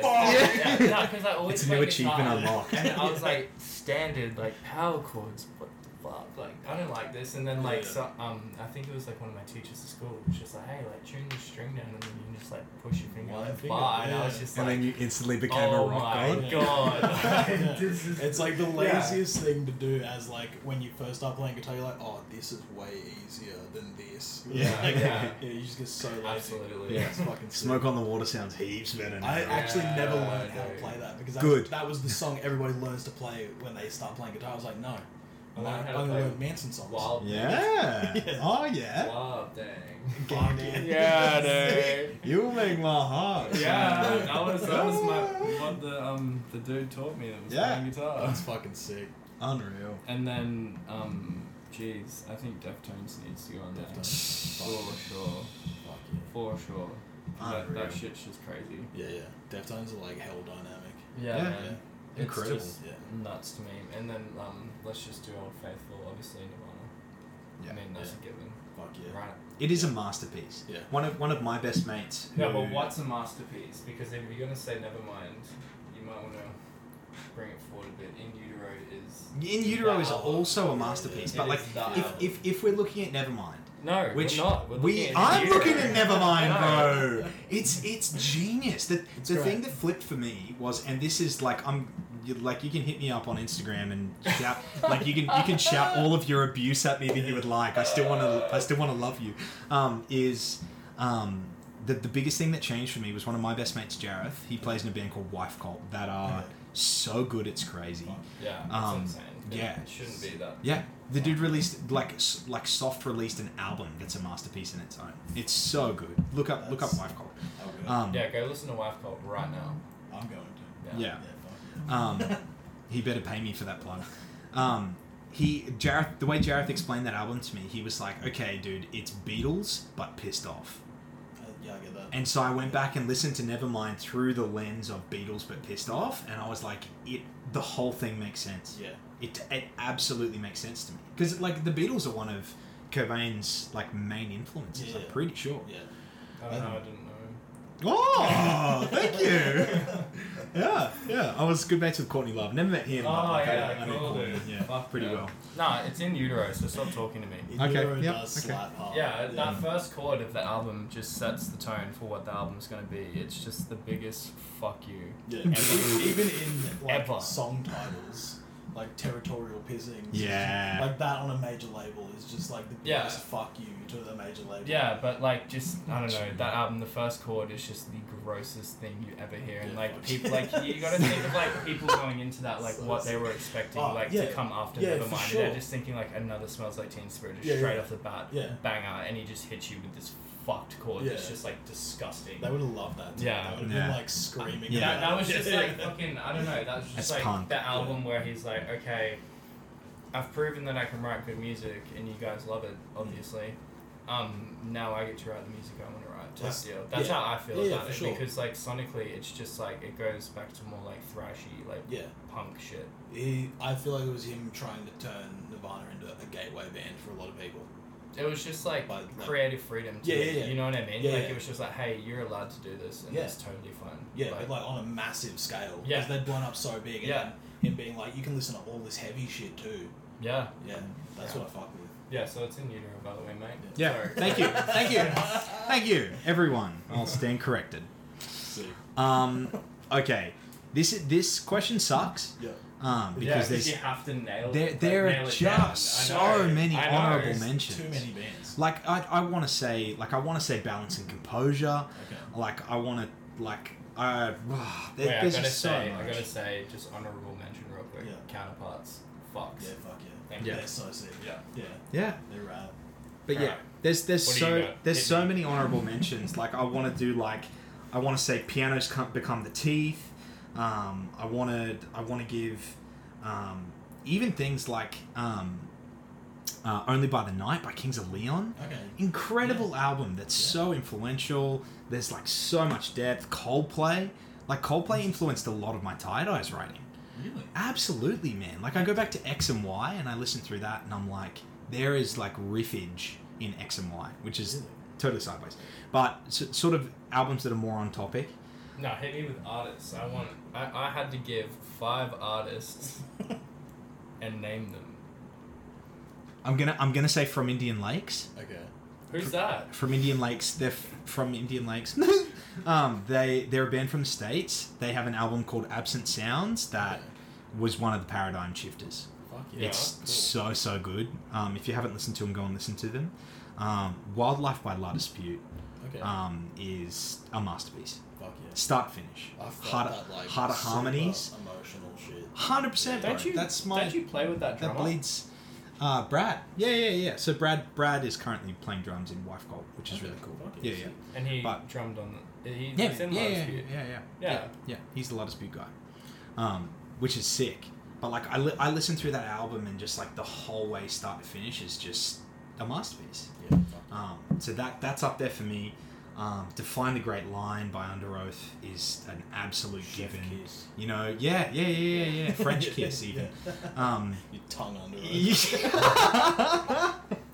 Speaker 4: fuck?
Speaker 3: yeah, no, 'cause I always
Speaker 2: It's a
Speaker 3: play
Speaker 2: new achievement
Speaker 3: guitar,
Speaker 2: unlocked.
Speaker 3: And I was
Speaker 4: Yeah.
Speaker 3: like standard, like power chords. What the fuck? Like I don't like this. And then like
Speaker 4: Yeah.
Speaker 3: so, um, I think it was like one of my teachers at school was just like, hey, like tune the string down, and then you can just like push your finger
Speaker 4: One
Speaker 3: on the
Speaker 4: finger,
Speaker 3: bar. And I
Speaker 4: yeah.
Speaker 3: was just
Speaker 2: And
Speaker 3: like,
Speaker 2: then you instantly became
Speaker 3: oh
Speaker 2: a rock
Speaker 3: my
Speaker 2: god.
Speaker 3: god,
Speaker 4: Yeah.
Speaker 3: this is
Speaker 4: It's like the
Speaker 3: Yeah.
Speaker 4: laziest thing to do as like when you first start playing guitar, you're like, oh, this is way easier than this.
Speaker 2: Yeah.
Speaker 4: Like,
Speaker 3: Yeah.
Speaker 4: yeah, you just get so lazy.
Speaker 3: Absolutely.
Speaker 4: Yeah, it's fucking sick.
Speaker 2: Smoke on the water sounds heaps better. Now.
Speaker 4: I actually never
Speaker 3: Yeah,
Speaker 4: learned how to
Speaker 3: dude.
Speaker 4: play that because that,
Speaker 2: Good.
Speaker 4: that was the song everybody learns to play when they start playing guitar. I was like, no,
Speaker 3: I
Speaker 4: I'm
Speaker 3: learned
Speaker 4: gonna
Speaker 3: how
Speaker 4: I'm
Speaker 3: to
Speaker 4: gonna
Speaker 3: play
Speaker 4: learn Manson songs.
Speaker 3: wild.
Speaker 2: yeah.
Speaker 4: Yeah.
Speaker 2: Oh yeah.
Speaker 3: Wild dang.
Speaker 4: Fuck
Speaker 3: Yeah, dude.
Speaker 2: You make my heart. Ah.
Speaker 3: Yeah, that was that was my what the um the dude taught me that was
Speaker 2: Yeah.
Speaker 3: playing guitar.
Speaker 4: That's fucking sick.
Speaker 2: Unreal.
Speaker 3: And then um jeez, I think Deftones needs to go on there.
Speaker 4: Deftones.
Speaker 3: For sure.
Speaker 4: Fuck
Speaker 3: For sure. That,
Speaker 2: Unreal.
Speaker 3: that shit's just crazy.
Speaker 4: yeah. Yeah, yeah. Deftones are like hell dynamic.
Speaker 3: Yeah.
Speaker 2: Yeah.
Speaker 3: man. It's
Speaker 2: Incredible.
Speaker 3: just
Speaker 4: Yeah.
Speaker 3: nuts to me. And then um let's just do Old Faithful, obviously Nirvana.
Speaker 2: Yeah.
Speaker 3: I mean that's a given.
Speaker 4: Fuck yeah.
Speaker 3: Right.
Speaker 2: It is a masterpiece.
Speaker 4: Yeah.
Speaker 2: One of one of my best mates. Who,
Speaker 3: No, but what's a masterpiece? Because if you're gonna say never mind, you might wanna bring it forward a bit. In utero is
Speaker 2: In Utero is
Speaker 3: That album.
Speaker 2: also a masterpiece,
Speaker 3: It
Speaker 2: but
Speaker 3: is
Speaker 2: like
Speaker 3: that
Speaker 2: if,
Speaker 3: album.
Speaker 2: if if we're looking at Nevermind,
Speaker 3: No,
Speaker 2: which
Speaker 3: we're not. We're
Speaker 2: we
Speaker 3: looking at
Speaker 2: I'm
Speaker 3: Utero.
Speaker 2: looking at Nevermind,
Speaker 3: No.
Speaker 2: bro. It's it's genius. The the
Speaker 4: great.
Speaker 2: thing that flipped for me was, and this is like I'm you- like you can hit me up on Instagram and shout like you can you can shout all of your abuse at me that you would like. I still want to I still want to love you. Um, is um. The, the biggest thing that changed for me was one of my best mates, Jareth. He plays in a band called Wife Cult that are so good it's crazy.
Speaker 3: Yeah, that's
Speaker 2: Um,
Speaker 3: insane. It
Speaker 2: yeah.
Speaker 3: shouldn't be that.
Speaker 2: Yeah, the dude released like s- like soft released an album that's a masterpiece in its own. It's so good. Look up look up
Speaker 4: That's-
Speaker 2: Wife Call.
Speaker 4: Oh, good.
Speaker 2: Um,
Speaker 3: Yeah, go listen to Wife Cult right now.
Speaker 4: I'm going to.
Speaker 2: yeah.
Speaker 3: Yeah.
Speaker 4: Yeah. Fuck
Speaker 2: Um, he better pay me for that plug. Um, he Jareth the way Jareth explained that album to me, he was like, "Okay, dude, it's Beatles but pissed off."
Speaker 4: yeah. Uh, yeah, I get that.
Speaker 2: And so I went back and listened to Nevermind through the lens of Beatles but pissed off, and I was like, "It the whole thing makes sense."
Speaker 4: yeah.
Speaker 2: it, it absolutely makes sense to me because like the Beatles are one of Cobain's like main influences. I'm
Speaker 4: Yeah.
Speaker 2: pretty sure.
Speaker 4: Yeah.
Speaker 3: I don't know. I didn't know.
Speaker 2: Oh, thank you. Yeah, yeah. I was good mates with Courtney Love. Never met him. but,
Speaker 3: Oh,
Speaker 2: like, I-
Speaker 3: yeah,
Speaker 2: I, met
Speaker 3: cool,
Speaker 2: Courtney,
Speaker 3: dude.
Speaker 2: Yeah,
Speaker 3: Fuck
Speaker 2: pretty
Speaker 3: yeah.
Speaker 2: well.
Speaker 3: Nah, it's in utero, so stop talking to me.
Speaker 4: It
Speaker 2: Okay,
Speaker 4: really
Speaker 2: yep,
Speaker 4: does
Speaker 2: okay.
Speaker 4: slap hard.
Speaker 3: Yeah, that first chord of the album just sets the tone for what the album's gonna be. It's just the biggest fuck you.
Speaker 4: Yeah,
Speaker 3: Ever.
Speaker 4: e- even in like
Speaker 3: Ever.
Speaker 4: song titles, like territorial pissing.
Speaker 2: Yeah.
Speaker 4: like that on a major label is just like the
Speaker 3: Yeah.
Speaker 4: biggest fuck you to the major label.
Speaker 3: Yeah, but like just I don't know that album. The first chord is just the grossest thing you ever hear, and
Speaker 4: Yeah,
Speaker 3: like
Speaker 4: fuck.
Speaker 3: people like you gotta think of like people going into that like
Speaker 4: So
Speaker 3: what they
Speaker 4: sick.
Speaker 3: were expecting
Speaker 4: Oh,
Speaker 3: like
Speaker 4: yeah.
Speaker 3: to come after
Speaker 4: Yeah,
Speaker 3: Nevermind.
Speaker 4: for
Speaker 3: and
Speaker 4: sure.
Speaker 3: They're just thinking like another smells like Teen Spirit just
Speaker 4: Yeah,
Speaker 3: straight
Speaker 4: yeah.
Speaker 3: off the bat
Speaker 4: Yeah.
Speaker 3: banger, and he just hits you with this fucked chord that's
Speaker 4: Yeah.
Speaker 3: just like disgusting.
Speaker 4: they would have loved that. Too.
Speaker 3: Yeah.
Speaker 4: they would have
Speaker 2: Yeah.
Speaker 4: been like screaming.
Speaker 2: Yeah.
Speaker 3: That,
Speaker 4: about
Speaker 3: that
Speaker 4: it.
Speaker 3: was just
Speaker 4: Yeah.
Speaker 3: like fucking I don't know. That was just
Speaker 2: That's
Speaker 3: like
Speaker 2: punk.
Speaker 3: that album where he's like, okay, I've proven that I can write good music, and you guys love it, obviously. Um, now I get to write the music I want to write. Type
Speaker 4: That's-
Speaker 3: deal. That's
Speaker 4: yeah.
Speaker 3: how I feel
Speaker 4: Yeah, yeah,
Speaker 3: about
Speaker 4: for
Speaker 3: it
Speaker 4: sure.
Speaker 3: because like sonically, it's just like it goes back to more like thrashy, like
Speaker 4: yeah.
Speaker 3: punk shit.
Speaker 4: He, I feel like it was him trying to turn Nirvana into a gateway band for a lot of people.
Speaker 3: It was just like
Speaker 4: But, like-
Speaker 3: creative freedom. To
Speaker 4: Yeah,
Speaker 3: it,
Speaker 4: yeah, yeah.
Speaker 3: You know what I mean?
Speaker 4: Yeah,
Speaker 3: like
Speaker 4: yeah.
Speaker 3: it was just like, hey, you're allowed to do this, and
Speaker 4: Yeah.
Speaker 3: it's totally fine.
Speaker 4: Yeah,
Speaker 3: Like,
Speaker 4: but like on a massive scale.
Speaker 3: Yeah.
Speaker 4: Because they'd blown up so big. And
Speaker 3: Yeah.
Speaker 4: Him being like, you can listen to all this heavy shit too.
Speaker 3: yeah,
Speaker 4: Yeah, that's
Speaker 3: Yeah.
Speaker 4: what I fuck with.
Speaker 3: yeah. So it's in utero, by the way, mate.
Speaker 2: Yeah.
Speaker 3: Sorry.
Speaker 2: Thank you. Thank you. Thank you, everyone. I'll stand corrected. Um, okay. This this question sucks.
Speaker 4: Yeah.
Speaker 2: Um,
Speaker 3: Yeah,
Speaker 2: because there's
Speaker 3: you have to nail
Speaker 2: there
Speaker 3: like,
Speaker 2: there
Speaker 3: nail
Speaker 2: are
Speaker 3: it
Speaker 2: just
Speaker 3: down. I
Speaker 2: so
Speaker 3: know.
Speaker 2: many
Speaker 3: I know.
Speaker 2: honorable
Speaker 3: It's
Speaker 2: mentions.
Speaker 4: Too many bands.
Speaker 2: Like I, I want to say like I want to say balance and composure.
Speaker 4: Okay.
Speaker 2: Like I want to like I ah, there,
Speaker 3: Wait, I
Speaker 2: there's
Speaker 3: gotta
Speaker 2: just so
Speaker 3: say,
Speaker 2: much.
Speaker 3: I gotta say, just honorable mention real quick.
Speaker 4: Yeah.
Speaker 3: Counterparts, fucks.
Speaker 4: Yeah, fuck yeah.
Speaker 3: Thank
Speaker 2: Yeah.
Speaker 4: They're so sick.
Speaker 3: Yeah.
Speaker 4: Yeah.
Speaker 2: yeah,
Speaker 4: They're rad.
Speaker 2: but yeah,
Speaker 3: Alright.
Speaker 2: there's there's
Speaker 3: What do you
Speaker 2: so
Speaker 3: got?
Speaker 2: there's
Speaker 3: Hit
Speaker 2: so
Speaker 3: me.
Speaker 2: many honorable mentions. Like I want to do like I want to say pianos come, become the teeth. Um, I wanted I want to give um, even things like um, uh, Only by the Night by Kings of Leon.
Speaker 4: Okay.
Speaker 2: Incredible album that's
Speaker 4: Yeah.
Speaker 2: so influential. There's like so much depth. Coldplay, like
Speaker 4: Mm.
Speaker 2: Coldplay influenced a lot of my tie dyes writing.
Speaker 4: Really?
Speaker 2: Absolutely, man. Like I go back to X and Y and I listen through that and I'm like, there is like riffage in X and Y, which is
Speaker 4: Really?
Speaker 2: totally sideways. But s sort of albums that are more on topic.
Speaker 3: No, hit me with artists. I want. I, I had to give five artists and name them.
Speaker 2: I'm gonna I'm gonna say from Indian Lakes.
Speaker 4: Okay.
Speaker 3: Who's that?
Speaker 2: From Indian Lakes, they're f- from Indian Lakes. um, they they're a band from the states. They have an album called Absent Sounds that was one of the paradigm shifters.
Speaker 4: Fuck yeah.
Speaker 3: Yeah,
Speaker 2: it's
Speaker 3: cool.
Speaker 2: so so good. Um, if you haven't listened to them, go and listen to them. Um, Wildlife by La Dispute.
Speaker 4: Okay.
Speaker 2: um, is a masterpiece.
Speaker 4: fuck yeah.
Speaker 2: Start finish.
Speaker 4: I felt
Speaker 2: Harder,
Speaker 4: that like
Speaker 2: harder
Speaker 4: super
Speaker 2: harmonies.
Speaker 4: Emotional shit.
Speaker 2: Hundred percent.
Speaker 3: Don't you?
Speaker 2: That's my.
Speaker 3: Don't you play with that
Speaker 2: that
Speaker 3: drummer?
Speaker 2: bleeds. Uh, Brad. Yeah, yeah, yeah. So Brad, Brad is currently playing drums in Wife Gold, which is
Speaker 4: Okay,
Speaker 2: really cool.
Speaker 4: fuck
Speaker 2: Yeah,
Speaker 4: yeah,
Speaker 2: yeah,
Speaker 4: sick.
Speaker 3: and he
Speaker 2: but-
Speaker 3: drummed on. The, he,
Speaker 2: yeah,
Speaker 3: he's
Speaker 2: yeah,
Speaker 3: in
Speaker 2: yeah,
Speaker 3: Lars
Speaker 2: yeah,
Speaker 3: View.
Speaker 2: yeah, yeah,
Speaker 3: Yeah.
Speaker 2: yeah. He's the Lotus Butte guy, um, which is sick. But like, I, li- I listened through that album and just like the whole way, start to finish, is just a masterpiece.
Speaker 4: Yeah. Fuck.
Speaker 2: Um, so that that's up there for me. Um, Define the Great Line by Under Oath is an absolute
Speaker 4: Chef
Speaker 2: given.
Speaker 4: kiss.
Speaker 2: You know, yeah, yeah, yeah, yeah, yeah. French kiss even. Um,
Speaker 4: Your tongue under it.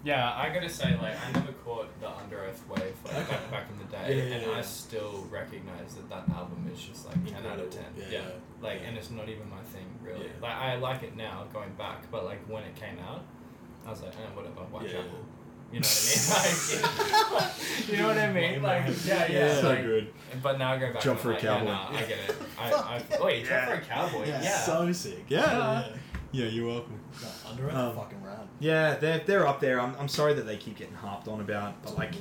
Speaker 3: Yeah, I gotta say, like, I never caught the Under Earth wave like,
Speaker 4: Okay.
Speaker 3: back, back in the day,
Speaker 4: Yeah, yeah,
Speaker 3: and
Speaker 4: yeah.
Speaker 3: I still recognize that that album is just like ten out
Speaker 4: Incredible.
Speaker 3: of ten.
Speaker 4: Yeah, yeah,
Speaker 3: like,
Speaker 4: yeah.
Speaker 3: and it's not even my thing really.
Speaker 4: Yeah.
Speaker 3: Like, I like it now going back, but like when it came out, I was like, eh, whatever,
Speaker 4: Yeah,
Speaker 3: Whitechapel.
Speaker 4: yeah.
Speaker 3: You know what I mean? Like, you know what I mean? Like, yeah, yeah. like,
Speaker 4: good.
Speaker 3: But now I go back.
Speaker 2: Jump for
Speaker 3: and I'm
Speaker 2: a
Speaker 3: like,
Speaker 2: cowboy.
Speaker 3: Yeah, nah, I get it. I, I, wait,
Speaker 2: Yeah.
Speaker 3: jump for a cowboy. Yeah.
Speaker 4: Yeah. So sick.
Speaker 2: Yeah.
Speaker 4: yeah.
Speaker 2: yeah, you're welcome.
Speaker 4: No, under it.
Speaker 2: Um,
Speaker 4: fucking rad.
Speaker 2: Yeah, they're, they're up there. I'm, I'm sorry that they keep getting harped on about, but like,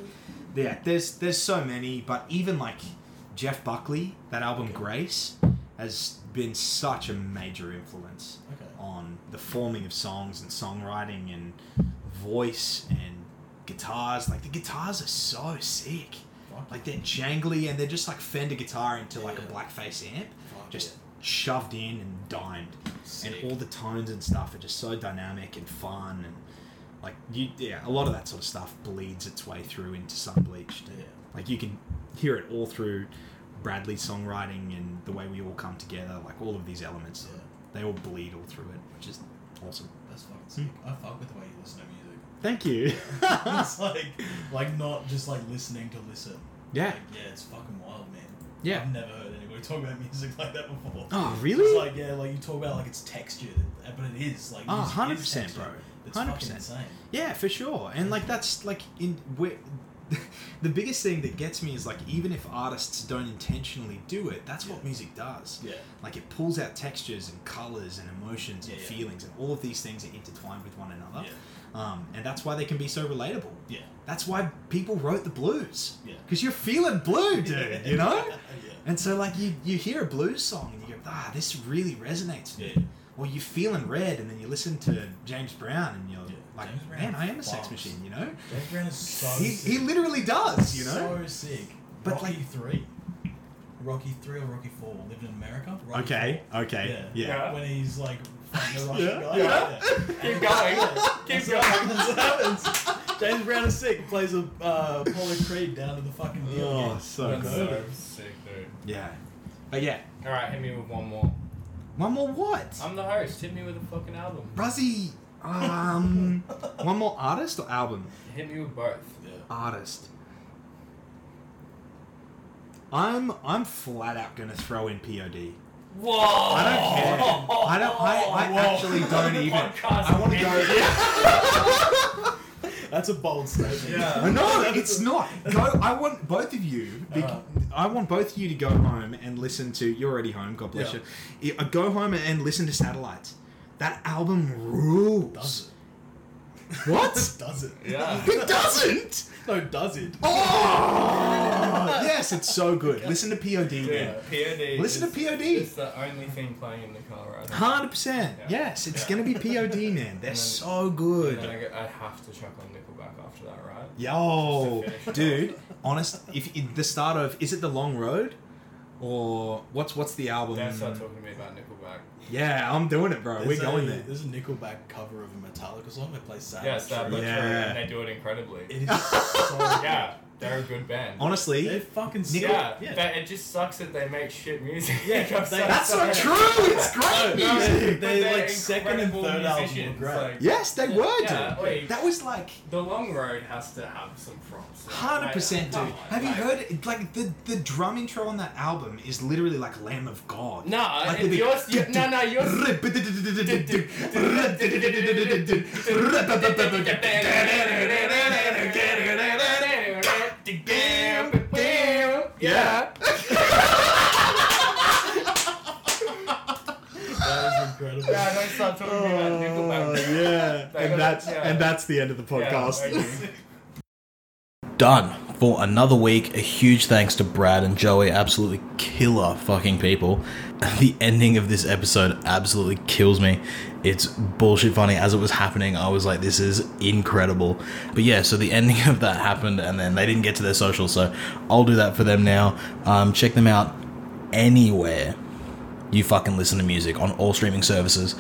Speaker 2: yeah, there's there's so many. But even like Jeff Buckley, that album Grace, has been such a major influence.
Speaker 4: Okay.
Speaker 2: on the forming of songs and songwriting and voice and guitars. Like the guitars are so sick.
Speaker 4: Fuck
Speaker 2: Like they're jangly and they're just like Fender guitar into like a
Speaker 4: Yeah.
Speaker 2: blackface amp,
Speaker 4: Fuck
Speaker 2: just shoved in and dimed.
Speaker 4: yeah. sick.
Speaker 2: And all the tones and stuff are just so dynamic and fun and like you yeah, a lot of that sort of stuff bleeds its way through into Sunbleached.
Speaker 4: Yeah.
Speaker 2: Like you can hear it all through Bradley's songwriting and the way we all come together, like all of these elements
Speaker 4: Yeah.
Speaker 2: they all bleed all through it, which is awesome.
Speaker 4: That's fucking
Speaker 2: Hmm.
Speaker 4: sick. I fuck with the way you listen to music.
Speaker 2: Thank you.
Speaker 4: it's like, like not just like listening to listen.
Speaker 2: yeah,
Speaker 4: Like, yeah, it's fucking wild, man.
Speaker 2: yeah,
Speaker 4: I've never heard anybody We talked about music like that before.
Speaker 2: Oh,
Speaker 4: Um, It's
Speaker 2: really?
Speaker 4: like yeah, like you talk about like it's textured, but it is like
Speaker 2: Oh,
Speaker 4: music is
Speaker 2: 100%,
Speaker 4: textured.
Speaker 2: bro.
Speaker 4: It's fucking
Speaker 2: 100%.
Speaker 4: insane.
Speaker 2: Yeah, for sure. And like that's like in we the biggest thing that gets me is like even if artists don't intentionally do it, that's what
Speaker 4: Yeah.
Speaker 2: music does.
Speaker 4: Yeah,
Speaker 2: Like it pulls out textures and colors and emotions and
Speaker 4: Yeah, yeah.
Speaker 2: feelings and all of these things are intertwined with one
Speaker 4: yeah,
Speaker 2: another. Um, and that's why they can be so relatable.
Speaker 4: yeah,
Speaker 2: That's why people wrote the blues.
Speaker 4: Yeah.
Speaker 2: Because you're feeling blue, dude, you know?
Speaker 4: yeah.
Speaker 2: And so like you, you hear a blues song and you go, ah, this really resonates. with me."
Speaker 4: Yeah.
Speaker 2: Or you're feeling red and then you listen to James Brown and you're
Speaker 4: Yeah,
Speaker 2: like,
Speaker 4: James Brown
Speaker 2: man, I am a sex
Speaker 4: fucks.
Speaker 2: machine, you know?
Speaker 4: James Brown is so
Speaker 2: he,
Speaker 4: sick.
Speaker 2: he literally does, you know?
Speaker 4: so sick.
Speaker 2: But,
Speaker 4: Rocky
Speaker 2: like-
Speaker 4: three, Rocky three or Rocky four, living in America. Rocky
Speaker 2: okay, okay,
Speaker 4: Yeah.
Speaker 2: yeah.
Speaker 4: Four, when he's like fighting the Russian
Speaker 2: Yeah,
Speaker 4: guy.
Speaker 2: yeah.
Speaker 3: Keep going. Keep
Speaker 4: That's
Speaker 3: going.
Speaker 4: what happens. That's what happens. James Brown is sick. Plays a uh, Apollo Creed down to the fucking deal.
Speaker 2: Oh,
Speaker 4: again.
Speaker 2: so
Speaker 3: That's
Speaker 2: good.
Speaker 3: so sick, dude.
Speaker 2: Yeah. But yeah,
Speaker 3: All right, hit me with one more.
Speaker 2: one more what?
Speaker 3: I'm the host. Hit me with a fucking album.
Speaker 2: Bruzzy. Um, one more artist or album?
Speaker 3: Hit me with both.
Speaker 4: Yeah.
Speaker 2: Artist. I'm I'm flat out gonna throw in POD.
Speaker 3: Whoa!
Speaker 2: I don't care. I don't. I, I
Speaker 4: Whoa.
Speaker 2: actually don't
Speaker 3: The
Speaker 2: even.
Speaker 3: podcast
Speaker 2: I want to
Speaker 3: ended.
Speaker 2: go.
Speaker 4: That's a bold statement.
Speaker 3: Yeah.
Speaker 2: No, it's not. Go. I want both of you. Be,
Speaker 4: Alright.
Speaker 2: I want both of you to go home and listen to. You're already home. God bless
Speaker 4: Yeah.
Speaker 2: you. I- Go home and listen to Satellites. That album rules.
Speaker 4: Does
Speaker 2: it? What?
Speaker 4: it? Does it?
Speaker 3: Yeah.
Speaker 2: it doesn't.
Speaker 4: No, does it?
Speaker 2: Oh yes, it's so good. Listen to POD,
Speaker 3: Dude,
Speaker 2: man.
Speaker 3: POD.
Speaker 2: Listen
Speaker 3: is-
Speaker 2: to POD.
Speaker 3: It's the only thing playing in the car right now.
Speaker 2: Hundred percent.
Speaker 3: Yeah.
Speaker 2: Yes, it's
Speaker 3: Yeah.
Speaker 2: gonna be POD, man. They're
Speaker 3: then-
Speaker 2: so
Speaker 3: And then I,
Speaker 2: good.
Speaker 3: go- I have to chuck on Nickelback after that, right?
Speaker 2: Yo,
Speaker 3: Just to finish it
Speaker 2: dude. Honest, if in the start of is it the Long Road, or what's what's the album?
Speaker 3: Don't start talking to me about Nickelback.
Speaker 2: Yeah, I'm doing it, bro. We're
Speaker 4: There's
Speaker 2: going
Speaker 4: a,
Speaker 2: there.
Speaker 4: There's a Nickelback cover of a Metallica song. They play Sad.
Speaker 3: Yeah, Sad
Speaker 4: Truth.
Speaker 3: But True,
Speaker 2: Yeah.
Speaker 3: and they do it incredibly.
Speaker 4: It is so
Speaker 3: Yeah, they're a good band.
Speaker 4: They
Speaker 2: Honestly,
Speaker 4: fucking
Speaker 2: Nickel-
Speaker 3: yeah,
Speaker 4: suck. yeah.
Speaker 3: that- it just sucks that they make shit music.
Speaker 4: Yeah,
Speaker 3: I'm
Speaker 4: they-
Speaker 3: so
Speaker 2: that's
Speaker 3: sorry.
Speaker 2: not true. It's
Speaker 3: No,
Speaker 2: great
Speaker 3: no,
Speaker 2: music.
Speaker 3: but
Speaker 4: They,
Speaker 3: they're
Speaker 4: like, second and
Speaker 3: incredible
Speaker 4: third album were
Speaker 3: musicians,
Speaker 4: great.
Speaker 3: like,
Speaker 2: Yes, they were,
Speaker 3: Yeah,
Speaker 2: dude.
Speaker 3: wait.
Speaker 2: That was like
Speaker 3: The long road has to have some props.
Speaker 2: Hundred percent, dude.
Speaker 3: Like,
Speaker 2: Have you
Speaker 3: like-
Speaker 2: heard it? like the the drum intro on that album is literally like Lamb of God.
Speaker 3: No,
Speaker 2: like
Speaker 3: and
Speaker 2: big-
Speaker 3: yours, you- no, no, yours.
Speaker 2: Yeah.
Speaker 4: That is incredible.
Speaker 3: Yeah, don't start talking about Nickelback.
Speaker 2: Oh, yeah, and that's
Speaker 3: Yeah.
Speaker 2: and that's the end of the podcast.
Speaker 3: Yeah, thank you.
Speaker 1: done for another week. A huge thanks to Brad and Joey, absolutely killer fucking people. The ending of this episode absolutely kills me. It's bullshit funny. As it was happening, I was like, this is incredible. But yeah, so the ending of that happened, and then they didn't get to their social, so I'll do that for them now. Um, check them out anywhere you fucking listen to music on all streaming services.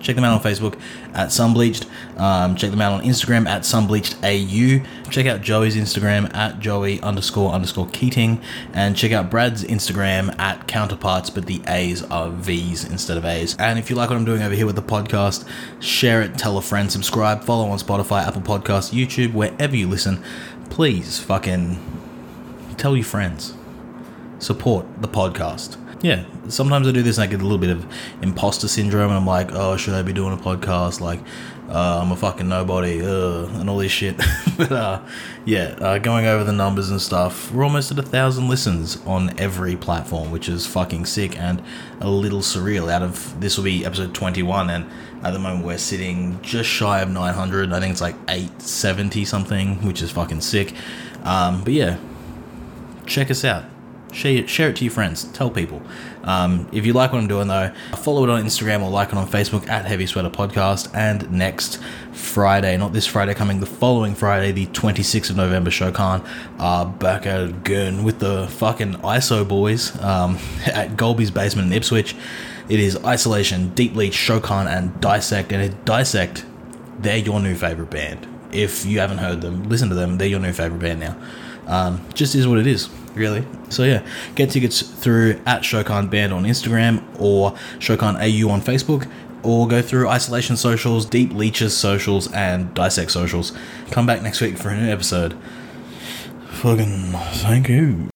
Speaker 1: Check them out on Facebook at Sunbleached. Um, check them out on Instagram at SunbleachedAU. Check out Joey's Instagram at Joey underscore underscore Keating. And check out Brad's Instagram at Counterparts, but the A's are V's instead of A's. And if you like what I'm doing over here with the podcast, share it, tell a friend, subscribe, follow on Spotify, Apple Podcasts, YouTube, wherever you listen. Please fucking tell your friends support the podcast. Yeah, sometimes I do this and I get a little bit of imposter syndrome and I'm like, oh, should I be doing a podcast? Like, uh, I'm a fucking nobody, uh, and all this shit. but uh, yeah, uh, going over the numbers and stuff, we're almost at a thousand listens on every platform, which is fucking sick and a little surreal. Out of this will be episode 21, and at the moment we're sitting just shy of 900. I think it's like 870 something, which is fucking sick. Um, but yeah, check us out. Share, share it to your friends. Tell people. Um, if you like what I'm doing, though, follow it on Instagram or like it on Facebook at Heavy Sweater Podcast. And next Friday, not this Friday coming, the following Friday, the 26th of November, Shokan are back at it again with the fucking ISO boys um, at Golby's Basement in Ipswich. It is Isolation, Deep Leech, Shokan, and Dissect. And it Dissect they're your new favorite band. If you haven't heard them, listen to them. They're your new favorite band now. Um, just is what it is, really. So yeah, get tickets through at Shokan Band on Instagram or Shokan AU on Facebook, or go through Isolation Socials, Deep Leeches Socials, and Dissect Socials. Come back next week for a new episode. Fucking thank you.